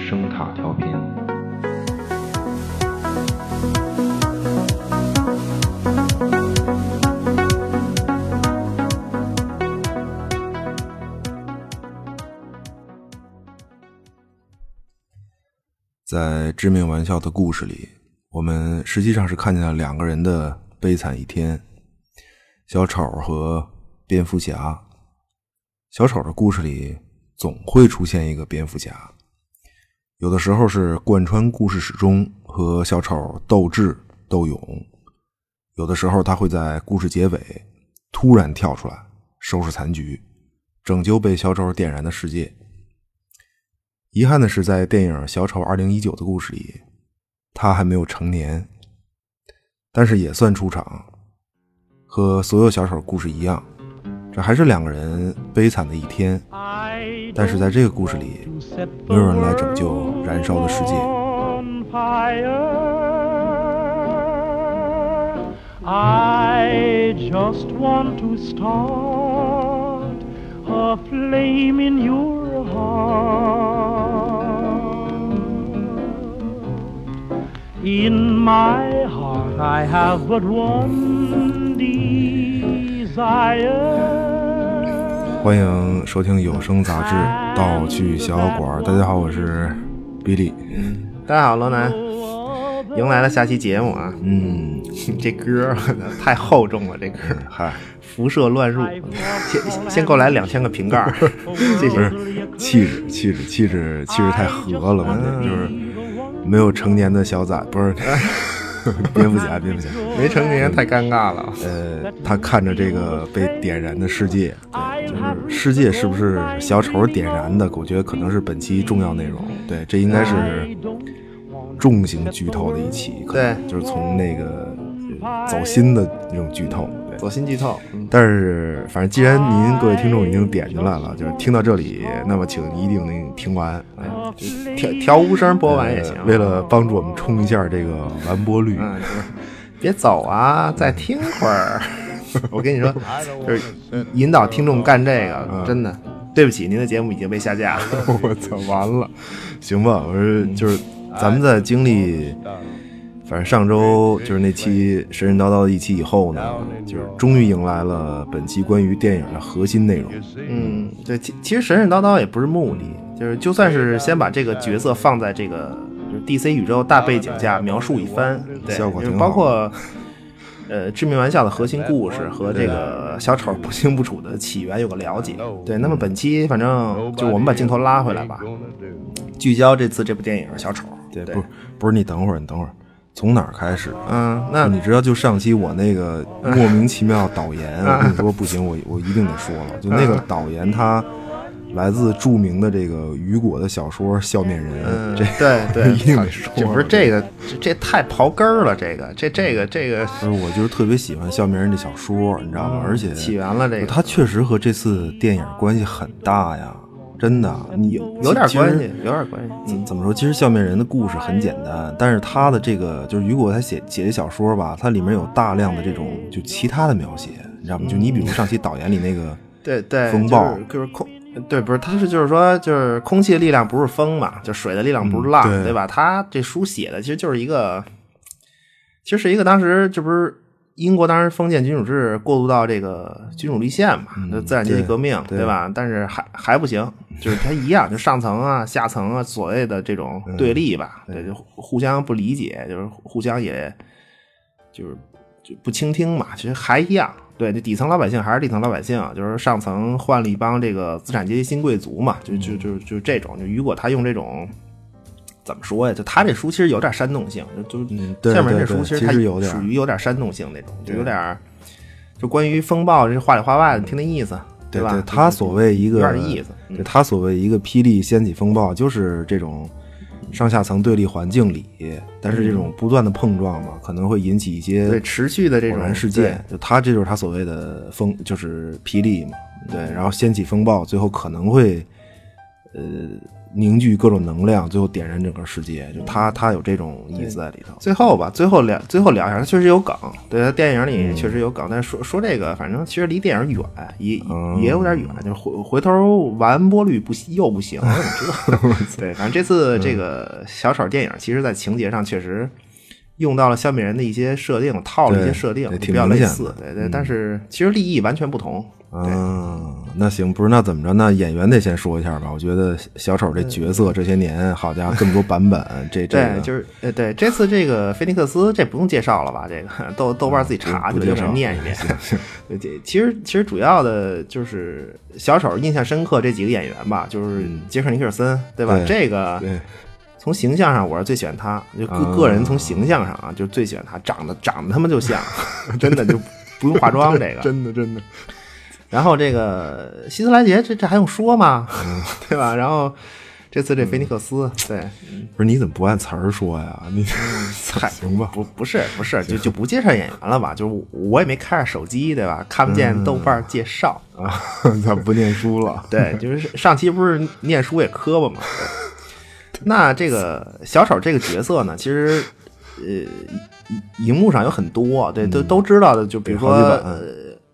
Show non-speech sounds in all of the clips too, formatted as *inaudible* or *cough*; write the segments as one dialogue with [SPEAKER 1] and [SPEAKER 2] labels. [SPEAKER 1] 声塔调频。
[SPEAKER 2] 在《致命玩笑》的故事里，我们实际上是看见了两个人的悲惨一天：小丑和蝙蝠侠。小丑的故事里总会出现一个蝙蝠侠，有的时候是贯穿故事始终和小丑斗智斗勇，有的时候他会在故事结尾突然跳出来收拾残局，拯救被小丑点燃的世界。遗憾的是，在电影《小丑2019》的故事里，他还没有成年，但是也算出场。和所有小丑故事一样，这还是两个人悲惨的一天。但
[SPEAKER 3] 但
[SPEAKER 2] 是
[SPEAKER 3] 是
[SPEAKER 2] 在
[SPEAKER 3] 在
[SPEAKER 2] 这
[SPEAKER 3] 这
[SPEAKER 2] 个
[SPEAKER 3] 个
[SPEAKER 2] 故
[SPEAKER 3] 故
[SPEAKER 2] 事
[SPEAKER 3] 事
[SPEAKER 2] 里
[SPEAKER 3] 里，
[SPEAKER 2] 没
[SPEAKER 3] 没
[SPEAKER 2] 有
[SPEAKER 3] 有
[SPEAKER 2] 人
[SPEAKER 3] 人
[SPEAKER 2] 来
[SPEAKER 3] 来
[SPEAKER 2] 拯
[SPEAKER 3] 拯
[SPEAKER 2] 救
[SPEAKER 3] 救
[SPEAKER 2] 燃
[SPEAKER 3] 燃
[SPEAKER 2] 烧
[SPEAKER 3] 烧
[SPEAKER 2] 的
[SPEAKER 3] 的
[SPEAKER 2] 世
[SPEAKER 3] 世
[SPEAKER 2] 界
[SPEAKER 3] 界。I just want to start a flame in your heart. In my heart I have but one desire.
[SPEAKER 2] 欢迎收听有声杂志《盗趣小馆》，大家好，我是比利。
[SPEAKER 4] 大家好，罗南，迎来了下期节目啊！
[SPEAKER 2] 嗯，
[SPEAKER 4] 这歌儿太厚重了，这歌儿
[SPEAKER 2] 嗨，
[SPEAKER 4] 辐射乱入，先先先给我来两千个瓶盖 *laughs* 儿，谢
[SPEAKER 2] 不
[SPEAKER 4] 谢。
[SPEAKER 2] 是气质，气质，气质，气质太和了，关
[SPEAKER 4] 嗯
[SPEAKER 2] 键就是没有成年的小崽，不是
[SPEAKER 4] 哎
[SPEAKER 2] *laughs* 蝙蝠侠，蝙蝠侠。
[SPEAKER 4] 没成年太尴尬了，
[SPEAKER 2] 呃，他看着这个被点燃的世界，对，就是世界是不是小丑点燃的？我觉得可能是本期重要内容。对，这应该是重型剧透的一期，可能
[SPEAKER 4] 对
[SPEAKER 2] 就是从那个呃走心的那种剧透。对，
[SPEAKER 4] 走心剧透。嗯
[SPEAKER 2] 但是反正既然您各位听众已经点进来了，就是听到这里，那么请一定能听完。哎
[SPEAKER 4] 调调无声播完也行。
[SPEAKER 2] 呃为了帮助我们冲一下这个完播率，
[SPEAKER 4] 嗯，就是别走啊，再听会儿。 *laughs* 我跟你说，就是引导听众干这个，真的。对不起，您的节目已经被下 *laughs* 架了。
[SPEAKER 2] 我操，完了，行吧，我说就是咱们在经历，反正上周就是那期神神叨叨的一期以后呢，就是终于迎来了本期关于电影的核心内容。
[SPEAKER 4] 嗯，对，其其实神神叨叨也不是目的，就是就算是先把这个角色放在这个就是 DC 宇宙大背景下描述一番，对，
[SPEAKER 2] 效果
[SPEAKER 4] 就是
[SPEAKER 2] 挺
[SPEAKER 4] 包
[SPEAKER 2] 好
[SPEAKER 4] 括 *laughs* 呃致命玩笑的核心故事和这个小丑不清不楚的起源有个了解。对，那么本期反正就我们把镜头拉回来吧，聚焦这次这部电影《小丑》。对，
[SPEAKER 2] 不是不是，你等会儿，你等会儿，从哪儿开始？
[SPEAKER 4] 嗯，那
[SPEAKER 2] 你知道，就上期我那个莫名其妙导言，
[SPEAKER 4] *laughs*
[SPEAKER 2] 我跟你说不行，我我一定得说了，就那个
[SPEAKER 4] 啊
[SPEAKER 2] 导言他来自著名的这个雨果的小说《笑面人》，
[SPEAKER 4] 嗯
[SPEAKER 2] 这
[SPEAKER 4] 对对，
[SPEAKER 2] *laughs* 一定
[SPEAKER 4] 操
[SPEAKER 2] 得说
[SPEAKER 4] 这不是这个，这这太刨根儿了，这个这这个这个
[SPEAKER 2] 就是我就是特别喜欢《笑面人》这小说，你知道吗？而且
[SPEAKER 4] 嗯起源了，这个
[SPEAKER 2] 它确实和这次电影关系很大呀，真的，你有
[SPEAKER 4] 有点关。
[SPEAKER 2] 其
[SPEAKER 4] 系
[SPEAKER 2] 实，
[SPEAKER 4] 有点关系。嗯
[SPEAKER 2] 怎怎么说？其实《笑面人》的故事很简单，但是他的这个就是雨果他写写的小说吧，它里面有大量的这种就其他的描写，你知道吗？就你
[SPEAKER 4] 嗯
[SPEAKER 2] 比如上期导演里那
[SPEAKER 4] *laughs*
[SPEAKER 2] 个，
[SPEAKER 4] 对对，
[SPEAKER 2] 风
[SPEAKER 4] 就是
[SPEAKER 2] 暴
[SPEAKER 4] 就是空，对，不是，它是就是说，就是空气的力量不是风嘛，就水的力量不是浪，
[SPEAKER 2] 嗯对
[SPEAKER 4] 对吧？它这书写的其实就是一个，其实是一个当时这不是英国当时封建君主制过渡到这个君主立宪嘛，就自然阶级
[SPEAKER 2] 嗯对
[SPEAKER 4] 革命，
[SPEAKER 2] 对
[SPEAKER 4] 吧？但是还还不行，就是它一样，就上层啊、下层啊，所谓的这种
[SPEAKER 2] 嗯
[SPEAKER 4] 对立吧，对，就互相不理解，就是互相也就是就不倾听嘛，其实还一样。对，这底层老百姓还是底层老百姓，就是上层换了一帮这个资产阶级新贵族嘛，就就就就这种。就雨果他用这种怎么说呀？就他这书其实有点煽动性，就就
[SPEAKER 2] 嗯对
[SPEAKER 4] 下面
[SPEAKER 2] 对
[SPEAKER 4] 这
[SPEAKER 2] 对
[SPEAKER 4] 书其
[SPEAKER 2] 其
[SPEAKER 4] 它
[SPEAKER 2] 实有点
[SPEAKER 4] 属于有点煽动性那种，就有点儿就关于风暴这话里话外的，你听那意思，
[SPEAKER 2] 对
[SPEAKER 4] 吧？
[SPEAKER 2] 他所谓一个
[SPEAKER 4] 有点意思嗯
[SPEAKER 2] 对他所谓一个霹雳掀起风暴，就是这种上下层对立环境里，但是这种不断的碰撞嘛，可能会引起一些
[SPEAKER 4] 嗯对持续的这
[SPEAKER 2] 偶
[SPEAKER 4] 种
[SPEAKER 2] 然事件，就他这就是他所谓的风，就是霹雳嘛，对，然后掀起风暴，最后可能会呃凝聚各种能量，最后点燃整个世界。就他
[SPEAKER 4] 嗯
[SPEAKER 2] 他有这种意思在里头。
[SPEAKER 4] 最后吧，最后聊最后聊一下，它确实有梗，对，它电影里确实有梗，但是说说这个，反正其实离电影远，也
[SPEAKER 2] 嗯
[SPEAKER 4] 也有点远，就是回回头完播率不又不行，你
[SPEAKER 2] *laughs*
[SPEAKER 4] 知道吗？对，反正这次这个小丑电影，其实在情节上确实用到了消灭人的一些设定，套了一些
[SPEAKER 2] 对
[SPEAKER 4] 设定，
[SPEAKER 2] 对
[SPEAKER 4] 比
[SPEAKER 2] 挺
[SPEAKER 4] 较
[SPEAKER 2] 明
[SPEAKER 4] 类
[SPEAKER 2] 显
[SPEAKER 4] 似
[SPEAKER 2] 的，
[SPEAKER 4] 对对，但是其实立意完全不同，
[SPEAKER 2] 嗯，那行，不是那怎么着？那演员得先说一下吧。我觉得小丑这角色这些年，好家伙，这么多版本，
[SPEAKER 4] *laughs*
[SPEAKER 2] 这这
[SPEAKER 4] 嗯对，
[SPEAKER 2] 个
[SPEAKER 4] 就是呃，对，这次这个菲尼克斯这不用介绍了吧？这个豆豆瓣自己查
[SPEAKER 2] 不
[SPEAKER 4] 去
[SPEAKER 2] 不介
[SPEAKER 4] 了，就是
[SPEAKER 2] 绍
[SPEAKER 4] 念一念。对，这其实其实主要的就是小丑印象深刻这几个演员吧，就是杰克尼克尔森，对吧？
[SPEAKER 2] 嗯对
[SPEAKER 4] 这个
[SPEAKER 2] 对，
[SPEAKER 4] 从形象上我是最喜欢他，就个、
[SPEAKER 2] 啊
[SPEAKER 4] 个人从形象上啊，就最喜欢他，长得长得他妈就像， *laughs* 真的就不用化
[SPEAKER 2] *laughs*
[SPEAKER 4] 妆这个。
[SPEAKER 2] 真的真的，
[SPEAKER 4] 然后这个希斯莱杰这这还用说吗？
[SPEAKER 2] 嗯
[SPEAKER 4] *laughs* 对吧？然后这次这菲尼克斯，对。
[SPEAKER 2] 不是你怎么不按词儿说呀？你
[SPEAKER 4] 嗯
[SPEAKER 2] *laughs*
[SPEAKER 4] 嗨
[SPEAKER 2] 行吧，
[SPEAKER 4] 不不是不是，就就不介绍演员了吧？就是我我也没开着手机，对吧？看不见豆瓣介绍。
[SPEAKER 2] 啊，咱不念书了。
[SPEAKER 4] 对，就是上期不是念书也磕巴嘛。对那这个小丑这个角色呢，其实呃，荧荧幕上有很多，对，都都知道的，就比如说
[SPEAKER 2] 嗯对好几版
[SPEAKER 4] 呃，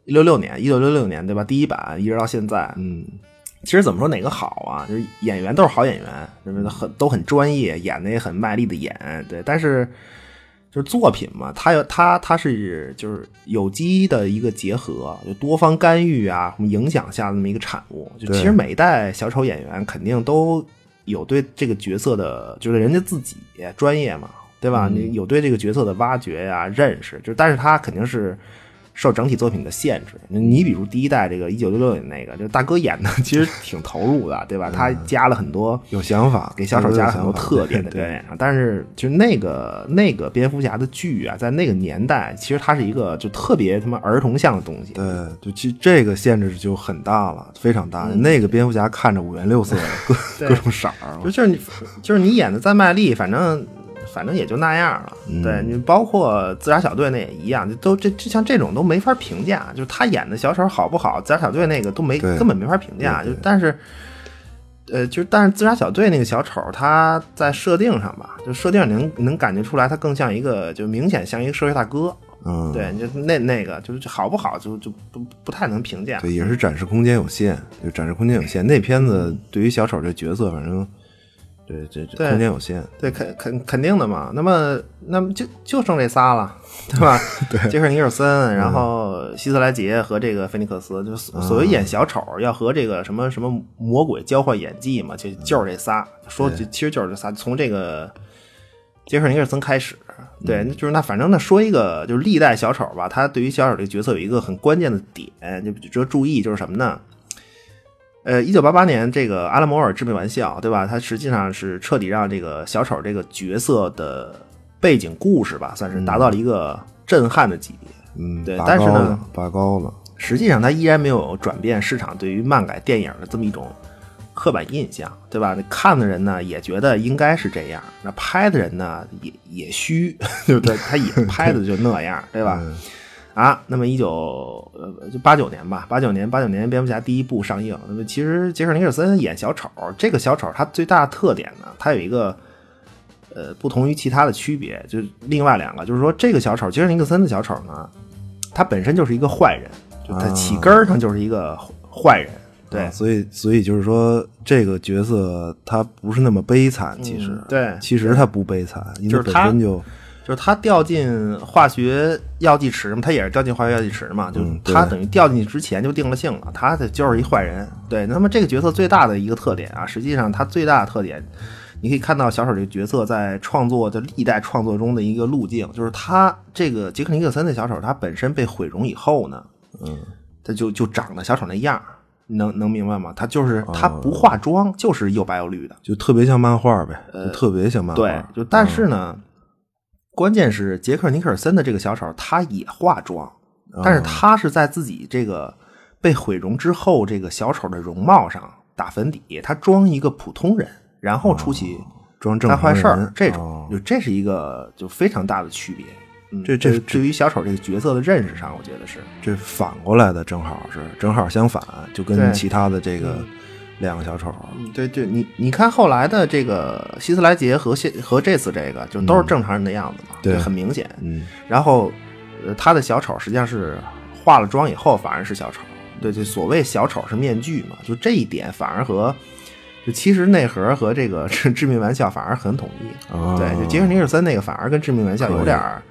[SPEAKER 4] 六六年，一九六六年，对吧？第一版一直到现在，
[SPEAKER 2] 嗯，
[SPEAKER 4] 其实怎么说哪个好啊？就是演员都是好演员，什么的很都很专业，演的也很卖力的演，对。但是就是作品嘛，它有它它是就是有机的一个结合，就多方干预啊，什么影响下的那么一个产物。就
[SPEAKER 2] 对
[SPEAKER 4] 其实每一代小丑演员肯定都有对这个角色的，就是人家自己专业嘛，对吧？你有对这个角色的挖掘呀、认识，就是但是他肯定是。受整体作品的限制。你比如第一代这个一九六六年那个，就大哥演的 *laughs* 其实挺投入的，对吧？他加了很多
[SPEAKER 2] 有想法，
[SPEAKER 4] 给小丑加了很多特点
[SPEAKER 2] 点 *laughs*
[SPEAKER 4] 在表演上，啊但是就是那个那个蝙蝠侠的剧啊，在那个年代，其实它是一个就特别他妈儿童向的东西。
[SPEAKER 2] 对，就其实这个限制就很大了，非常
[SPEAKER 4] 啊嗯
[SPEAKER 2] 大。那个蝙蝠侠看着五颜六色的，各各种色儿，
[SPEAKER 4] 就就是你，就是你演的再卖力，反正反正也就那样了。
[SPEAKER 2] 嗯
[SPEAKER 4] 对你，包括自杀小队那也一样，就都这这像这种都没法评价，就是他演的小丑好不好，自杀小队那个都没
[SPEAKER 2] 对
[SPEAKER 4] 根本没法评价。就但是，呃，就是但是自杀小队那个小丑，他在设定上吧，就设定能能感觉出来，他更像一个，就明显像一个社会大哥。
[SPEAKER 2] 嗯，
[SPEAKER 4] 对，就那那个就是好不好，就就不不太能评价。
[SPEAKER 2] 对，也是展示空间有限，就展示空间有限。那片子对于小丑这角色，反正对这这
[SPEAKER 4] 对
[SPEAKER 2] 空间有限，
[SPEAKER 4] 对，肯肯肯定的嘛。那么，那么就就剩这仨了，
[SPEAKER 2] *laughs*
[SPEAKER 4] 对吧？对，杰克尼尔
[SPEAKER 2] 嗯
[SPEAKER 4] 森，然后希斯莱杰和这个菲尼克斯，就所所谓
[SPEAKER 2] 嗯
[SPEAKER 4] 演小丑要和这个什么什么魔鬼交换演技嘛，就就是这仨。说就其实就是这仨，从这个杰克尼尔森开始。
[SPEAKER 2] 嗯
[SPEAKER 4] 对，那就是那反正呢，说一个就是历代小丑吧，他对于小丑这个角色有一个很关键的点，就值得注意，就是什么呢？呃，一九八八年，这个阿拉摩尔致命玩笑，对吧？他实际上是彻底让这个小丑这个角色的背景故事吧，算是达到了一个震撼的级别。
[SPEAKER 2] 嗯，
[SPEAKER 4] 对
[SPEAKER 2] 拔
[SPEAKER 4] 但是
[SPEAKER 2] 高
[SPEAKER 4] 呢
[SPEAKER 2] 了，拔高了，
[SPEAKER 4] 实际上，它依然没有转变市场对于漫改电影的这么一种刻板印象，对吧？那看的人呢也觉得应该是这样，那拍的人呢也也虚， *laughs* 对不对？他也拍的就那样，对吧？啊，那么一九呃就八九年吧，八九年八九年蝙蝠侠第一部上映，那么其实杰克尼克尔森演小丑，这个小丑他最大的特点呢，他有一个。呃，不同于其他的区别，就是另外两个，就是说这个小丑，杰克尼克森的小丑呢，他本身就是一个坏人，就他起根儿上就是一个坏人，对
[SPEAKER 2] 啊，所以所以就是说，这个角色他不是那么悲惨，其实、
[SPEAKER 4] 嗯对
[SPEAKER 2] 其实他不悲惨，因为
[SPEAKER 4] 就是
[SPEAKER 2] 本
[SPEAKER 4] 他
[SPEAKER 2] 身就
[SPEAKER 4] 就是他掉进化学药剂池嘛，他也是掉进化学药剂池嘛，就
[SPEAKER 2] 嗯
[SPEAKER 4] 他
[SPEAKER 2] 对
[SPEAKER 4] 等于掉进去之前就定了性了，他的就是一坏人。对，那么这个角色最大的一个特点啊，实际上他最大的特点，你可以看到小丑这个角色在创作的历代创作中的一个路径，就是他这个杰克尼克森的小丑，他本身被毁容以后呢，嗯，他就就长得小丑那样儿，能能明白吗？他就是他
[SPEAKER 2] 哦
[SPEAKER 4] 不化妆，就是又白又绿的。
[SPEAKER 2] 就特别像漫画呗，就特别像漫画。
[SPEAKER 4] 呃对，就但是呢，关键是杰克尼克尔森的这个小丑，他也化妆，
[SPEAKER 2] 嗯
[SPEAKER 4] 但是他是在自己这个被毁容之后，这个小丑的容貌上打粉底，他装一个普通人，然后出去
[SPEAKER 2] 哦装正
[SPEAKER 4] 干
[SPEAKER 2] 常
[SPEAKER 4] 坏
[SPEAKER 2] 人
[SPEAKER 4] 事儿，这种、
[SPEAKER 2] 哦
[SPEAKER 4] 就这是一个就非常大的区别。嗯，
[SPEAKER 2] 这这
[SPEAKER 4] 对对于小丑这个角色的认识上，我觉得是
[SPEAKER 2] 这反过来的正好是正好相反，就跟
[SPEAKER 4] 对嗯
[SPEAKER 2] 其他的这个两个小丑，
[SPEAKER 4] 对对，你你看后来的这个希斯莱杰和现和这次这个，就都是正常人的样子嘛，
[SPEAKER 2] 嗯对
[SPEAKER 4] 就很明显。
[SPEAKER 2] 嗯
[SPEAKER 4] 然后，呃，他的小丑实际上是化了妆以后反而是小丑，对对，所谓小丑是面具嘛，就这一点反而和就其实内核和这个 *laughs* 致致命玩笑反而很统一。
[SPEAKER 2] 啊，
[SPEAKER 4] 对，就杰克尼尔森那个反而跟致命玩笑有点儿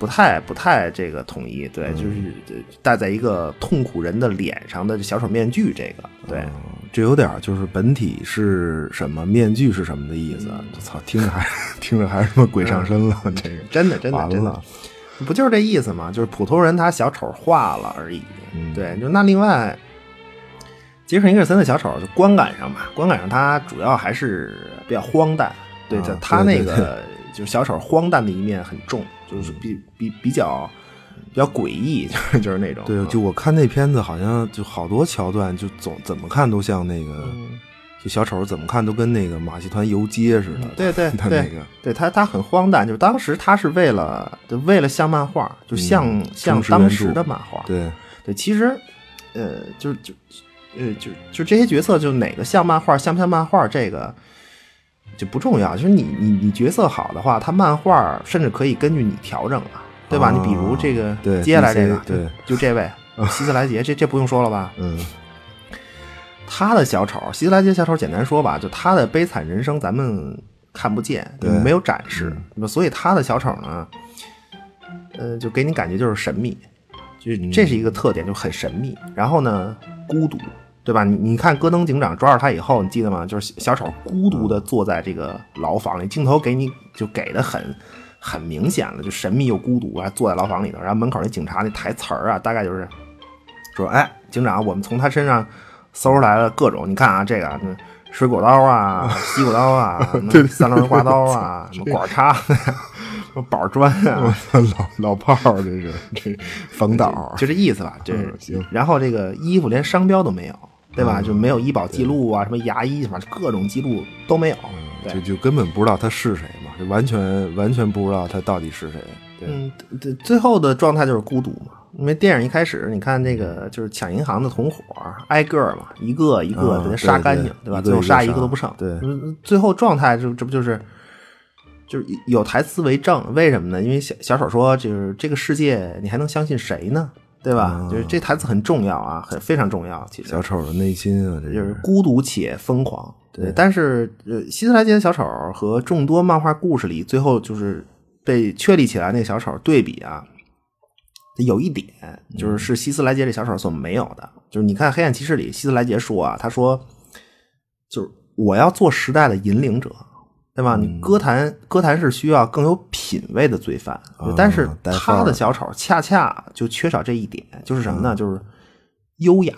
[SPEAKER 4] 不太不太这个统一，对，就是
[SPEAKER 2] 嗯
[SPEAKER 4] 戴在一个痛苦人的脸上的小丑面具，这个对。
[SPEAKER 2] 嗯这有点就是本体是什么，面具是什么的意
[SPEAKER 4] 嗯
[SPEAKER 2] 思。我操，听着还 *laughs* 听着还是什么鬼上身了，这个
[SPEAKER 4] 真嗯的，真的，
[SPEAKER 2] 完
[SPEAKER 4] 真的
[SPEAKER 2] 了，
[SPEAKER 4] 不就是这意思吗？就是普通人他小丑化了而已。
[SPEAKER 2] 嗯
[SPEAKER 4] 对，就那另外，杰克尼克森的小丑就观感上吧，观感上他主要还是比较荒诞。对，
[SPEAKER 2] 啊
[SPEAKER 4] 他他
[SPEAKER 2] 对
[SPEAKER 4] 那
[SPEAKER 2] 对嗯
[SPEAKER 4] 个 *laughs* 就是小丑荒诞的一面很重，就是比比比较比较诡异，就是就是那种。
[SPEAKER 2] 对，就我看那片子，好像就好多桥段，就总怎么看都像那个，
[SPEAKER 4] 嗯
[SPEAKER 2] 就小丑怎么看都跟那个马戏团游街似的。
[SPEAKER 4] 嗯对对
[SPEAKER 2] *laughs* 他
[SPEAKER 4] 对
[SPEAKER 2] 那个
[SPEAKER 4] 对他，他很荒诞，就是当时他是为了，就为了像漫画，就像、像
[SPEAKER 2] 嗯忠实
[SPEAKER 4] 当
[SPEAKER 2] 原
[SPEAKER 4] 时
[SPEAKER 2] 著
[SPEAKER 4] 的漫画，
[SPEAKER 2] 对，
[SPEAKER 4] 对，其实，呃，就是就，呃，就就这些角色，就哪个像漫画，像不像漫画，这个就不重要。就是你你你角色好的话，他漫画甚至可以根据你调整啊，对吧？
[SPEAKER 2] 啊
[SPEAKER 4] 你比如这个
[SPEAKER 2] 对
[SPEAKER 4] 接下来这
[SPEAKER 2] DC
[SPEAKER 4] 个，
[SPEAKER 2] 对
[SPEAKER 4] 就，就这位希斯莱杰，这这不用说了吧？
[SPEAKER 2] 嗯
[SPEAKER 4] *laughs* 他的小丑，希斯莱杰小丑，简单说吧，就他的悲惨人生，咱们看不见，
[SPEAKER 2] 对嗯
[SPEAKER 4] 没有展示，那么所以他的小丑呢，呃，就给你感觉就是神秘，就是这是一个特点，就很神秘。然后呢，孤独，对吧？你你看戈登警长抓着他以后，你记得吗？就是小丑孤独的坐在这个牢房里，镜头给你就给的很。很明显了，就神秘又孤独啊，坐在牢房里头，然后门口那警察那台词儿啊，大概就是说：“哎，警长，我们从他身上搜出来了各种，你看啊，这个啊那水果刀啊，西瓜刀啊，那三轮刮刀啊，什么管叉、什么板砖啊，
[SPEAKER 2] 老 *laughs* 老炮儿，这是 *laughs* 这冯导
[SPEAKER 4] 就这意思吧。这
[SPEAKER 2] 嗯行嗯
[SPEAKER 4] 然后这个衣服连商标都没有，对吧？就没有医保记录啊，什么牙医，反正各种记录都没有。对
[SPEAKER 2] 就就根本不知道他是谁嘛，就完全完全不知道他到底是谁。对，
[SPEAKER 4] 嗯，对，最后的状态就是孤独嘛。因为电影一开始，你看那个就是抢银行的同伙，挨个儿嘛，一个一个
[SPEAKER 2] 啊
[SPEAKER 4] 给他杀
[SPEAKER 2] 对
[SPEAKER 4] 干
[SPEAKER 2] 对
[SPEAKER 4] 净，吧？
[SPEAKER 2] 一个
[SPEAKER 4] 最后
[SPEAKER 2] 一个
[SPEAKER 4] 杀一
[SPEAKER 2] 杀
[SPEAKER 4] 个都不剩。
[SPEAKER 2] 对
[SPEAKER 4] 嗯，最后状态就这不就是就是有台词为证？为什么呢？因为小小丑说，就是这个世界你还能相信谁呢？对吧？就是这台词很重要啊，很非常重要。其实
[SPEAKER 2] 啊小丑的内心啊，这
[SPEAKER 4] 就是
[SPEAKER 2] 是
[SPEAKER 4] 孤独且疯狂。对，但是呃，希斯莱杰的小丑和众多漫画故事里最后就是被确立起来那个小丑对比啊，有一点就是
[SPEAKER 2] 嗯
[SPEAKER 4] 是希斯莱杰这小丑所没有的，就是你看《黑暗骑士》里希斯莱杰说啊，他说就是我要做时代的引领者。对吧？
[SPEAKER 2] 嗯
[SPEAKER 4] 你歌坛歌坛是需要更有品位的罪犯，
[SPEAKER 2] 啊
[SPEAKER 4] 但是
[SPEAKER 2] 带范
[SPEAKER 4] 他
[SPEAKER 2] 儿嗯
[SPEAKER 4] 的
[SPEAKER 2] 的
[SPEAKER 4] 小丑恰恰就缺少这一点，就是什么呢？就是优雅。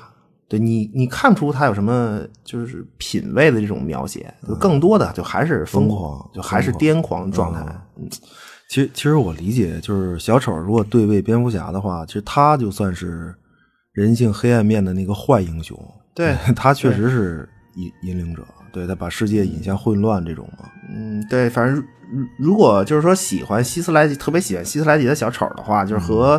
[SPEAKER 4] 对你，你看不出他有什么就是品味的这种描写，就更多的就还是疯
[SPEAKER 2] 嗯疯
[SPEAKER 4] 狂
[SPEAKER 2] 狂，嗯
[SPEAKER 4] 就还是癫狂状态。
[SPEAKER 2] 其实，其实我理解，就是小丑如果对位蝙蝠侠的话，其实他就算是人性黑暗面的那个坏英雄。
[SPEAKER 4] 对
[SPEAKER 2] *laughs* 他确实是引引领者，对他把世界引向混乱这种嘛。
[SPEAKER 4] 嗯，对，反正如如果就是说喜欢希斯莱杰，特别喜欢希斯莱杰的小丑的话，就是和、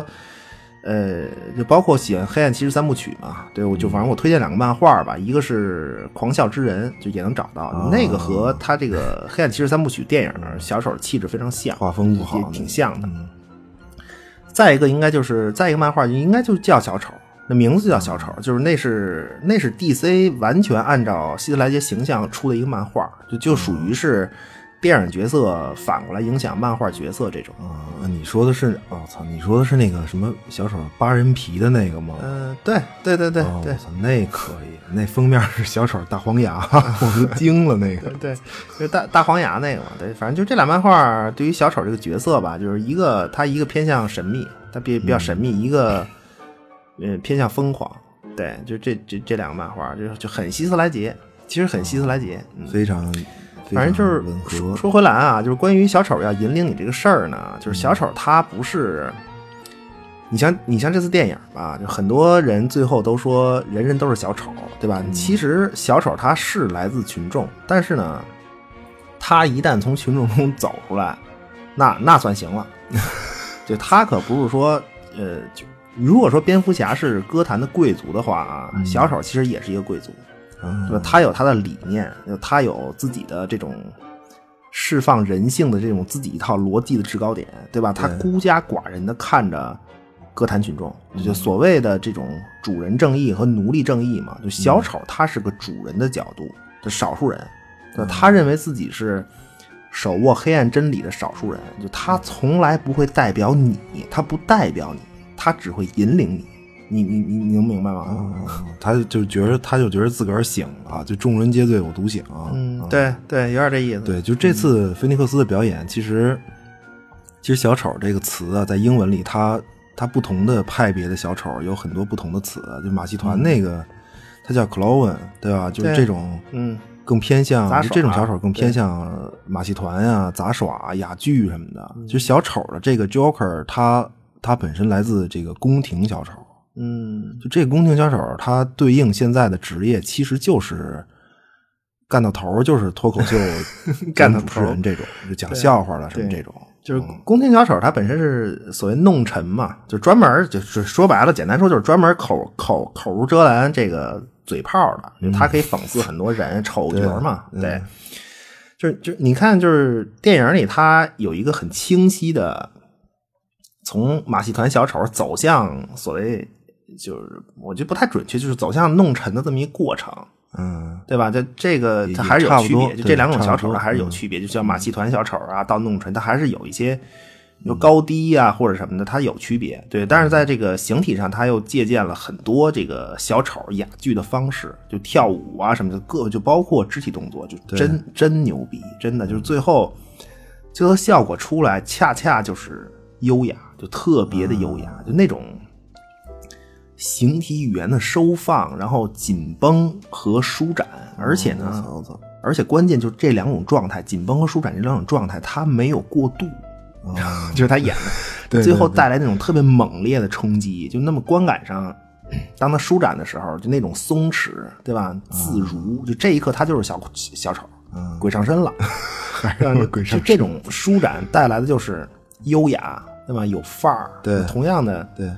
[SPEAKER 2] 嗯
[SPEAKER 4] 呃，就包括喜欢《黑暗骑士》三部曲嘛。对，
[SPEAKER 2] 嗯
[SPEAKER 4] 我就反正我推荐两个漫画吧，一个是《狂笑之人》，就也能找到，
[SPEAKER 2] 哦
[SPEAKER 4] 那个和他这个《黑暗骑士》三部曲电影的小丑气质非常像，
[SPEAKER 2] 画风不好
[SPEAKER 4] 也
[SPEAKER 2] 那
[SPEAKER 4] 挺
[SPEAKER 2] 个
[SPEAKER 4] 像的。再一个应该就是再一个漫画就应该就叫小丑，那名字就叫小丑，
[SPEAKER 2] 嗯
[SPEAKER 4] 就是那是那是 DC 完全按照希斯莱杰形象出的一个漫画，就就属于是电影角色反过来影响漫画角色这种。
[SPEAKER 2] 啊、你说的是，我、操，你说的是那个什么小丑扒人皮的那个吗？
[SPEAKER 4] 嗯、对对对对
[SPEAKER 2] 哦
[SPEAKER 4] 对
[SPEAKER 2] 我操那可以，那封面是小丑大黄牙， *laughs* 我都惊了那个。
[SPEAKER 4] 对，就是大大黄牙那个嘛，对，反正就这俩漫画对于小丑这个角色吧，就是一个他一个偏向神秘，他比比较神秘，一个嗯偏向疯狂，对，就这这这两个漫画就就很希斯莱杰，其实很希斯莱杰，嗯，
[SPEAKER 2] 非常，非
[SPEAKER 4] 反正就
[SPEAKER 2] 常
[SPEAKER 4] 是
[SPEAKER 2] 吻
[SPEAKER 4] 说
[SPEAKER 2] 合。
[SPEAKER 4] 说回来啊，就是关于小丑要引领你这个事儿呢，就是小丑他不是，你像你像这次电影吧，就很多人最后都说人人都是小丑，对吧？其实小丑他是来自群众，但是呢，他一旦从群众中走出来，那那算行了。 *laughs* 就他可不是说，呃，就如果说蝙蝠侠是歌坛的贵族的话啊，小丑其实也是一个贵族。对吧？他有他的理念，他有自己的这种释放人性的这种自己一套逻辑的制高点，对吧？他孤家寡人的看着歌坛群众，就所谓的这种主人正义和奴隶正义嘛。就小丑他是个主人的角度，就少数人，对吧他认为自己是。手握黑暗真理的少数人，就他从来不会代表你，他不代表你，他只会引领你。你你你你能明白吗？
[SPEAKER 2] 嗯他就觉得他就觉得自个儿醒了，就众人皆醉我独醒。啊
[SPEAKER 4] 嗯，对对，有点这意思。
[SPEAKER 2] 对，就这次菲尼克斯的表演，其实其实“小丑”这个词啊，在英文里它，它不同的派别的小丑有很多不同的词。啊就马戏团那个，它叫 clown，对吧？就是
[SPEAKER 4] 对
[SPEAKER 2] 这种，
[SPEAKER 4] 嗯，
[SPEAKER 2] 更偏向
[SPEAKER 4] 杂
[SPEAKER 2] 就
[SPEAKER 4] 耍
[SPEAKER 2] 这种小丑更偏向马戏团啊、杂耍、哑剧什么的。
[SPEAKER 4] 嗯
[SPEAKER 2] 就小丑的这个 Joker，他他本身来自这个宫廷小丑，
[SPEAKER 4] 嗯，
[SPEAKER 2] 就这个宫廷小丑，他对应现在的职业其实就是干到头儿就是脱口秀
[SPEAKER 4] *laughs* 干到
[SPEAKER 2] 主
[SPEAKER 4] 头
[SPEAKER 2] 持人这种，就讲笑话了什么
[SPEAKER 4] 对
[SPEAKER 2] 这种。嗯
[SPEAKER 4] 就是宫廷小丑，他本身是所谓弄臣嘛，就专门儿就是说白了，简单说就是专门儿口口口无遮拦这个嘴炮的，就他可以讽刺很多人丑角儿嘛，对，就是就是你看，就是电影里他有一个很清晰的，从马戏团小丑走向所谓就是我觉得不太准确，就是走向弄臣的这么一过程，
[SPEAKER 2] 嗯，
[SPEAKER 4] 对吧？这这个
[SPEAKER 2] 也
[SPEAKER 4] 它还是有
[SPEAKER 2] 差不
[SPEAKER 4] 区
[SPEAKER 2] 多
[SPEAKER 4] 别，就
[SPEAKER 2] 对
[SPEAKER 4] 这两种
[SPEAKER 2] 差不
[SPEAKER 4] 小丑
[SPEAKER 2] 多
[SPEAKER 4] 啊还是有
[SPEAKER 2] 嗯
[SPEAKER 4] 区别，就像马戏团小丑啊，到弄臣，它还是有一些
[SPEAKER 2] 嗯
[SPEAKER 4] 有高低呀、或者什么的，它有区别。对，但是在这个形体上，它又借鉴了很多这个小丑哑剧的方式，就跳舞啊什么的，各就包括肢体动作，就真真牛逼，真的就是最后最后效果出来，恰恰就是优雅，就特别的优
[SPEAKER 2] 啊
[SPEAKER 4] 雅，就那种。形体语言的收放，然后紧绷和舒展，而且呢，
[SPEAKER 2] 我操，
[SPEAKER 4] 而且关键就是这两种状态，紧绷和舒展这两种状态，它没有过度，就是他演的，
[SPEAKER 2] 哦 *laughs* 对
[SPEAKER 4] 最后带来那种特别猛烈的冲击，就那么观感上，当他舒展的时候，就那种松弛，对吧？自如，就这一刻他就是小小丑，
[SPEAKER 2] 嗯
[SPEAKER 4] 鬼上身
[SPEAKER 2] *laughs*
[SPEAKER 4] 了，
[SPEAKER 2] 让你鬼上
[SPEAKER 4] 就这种舒展带来的就是优雅，对吧？有范儿，
[SPEAKER 2] 对
[SPEAKER 4] 同样的，
[SPEAKER 2] 对，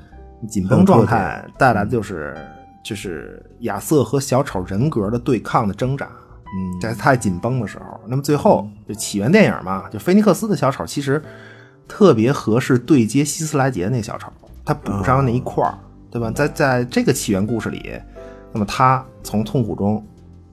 [SPEAKER 4] 紧绷状态带来的就是就是亚瑟和小丑人格的对抗的挣扎。嗯，在太紧绷的时候，那么最后就起源电影嘛，就菲尼克斯的小丑其实特别合适对接希斯莱杰那小丑，他补上那一块儿，对吧？在在这个起源故事里，那么他从痛苦中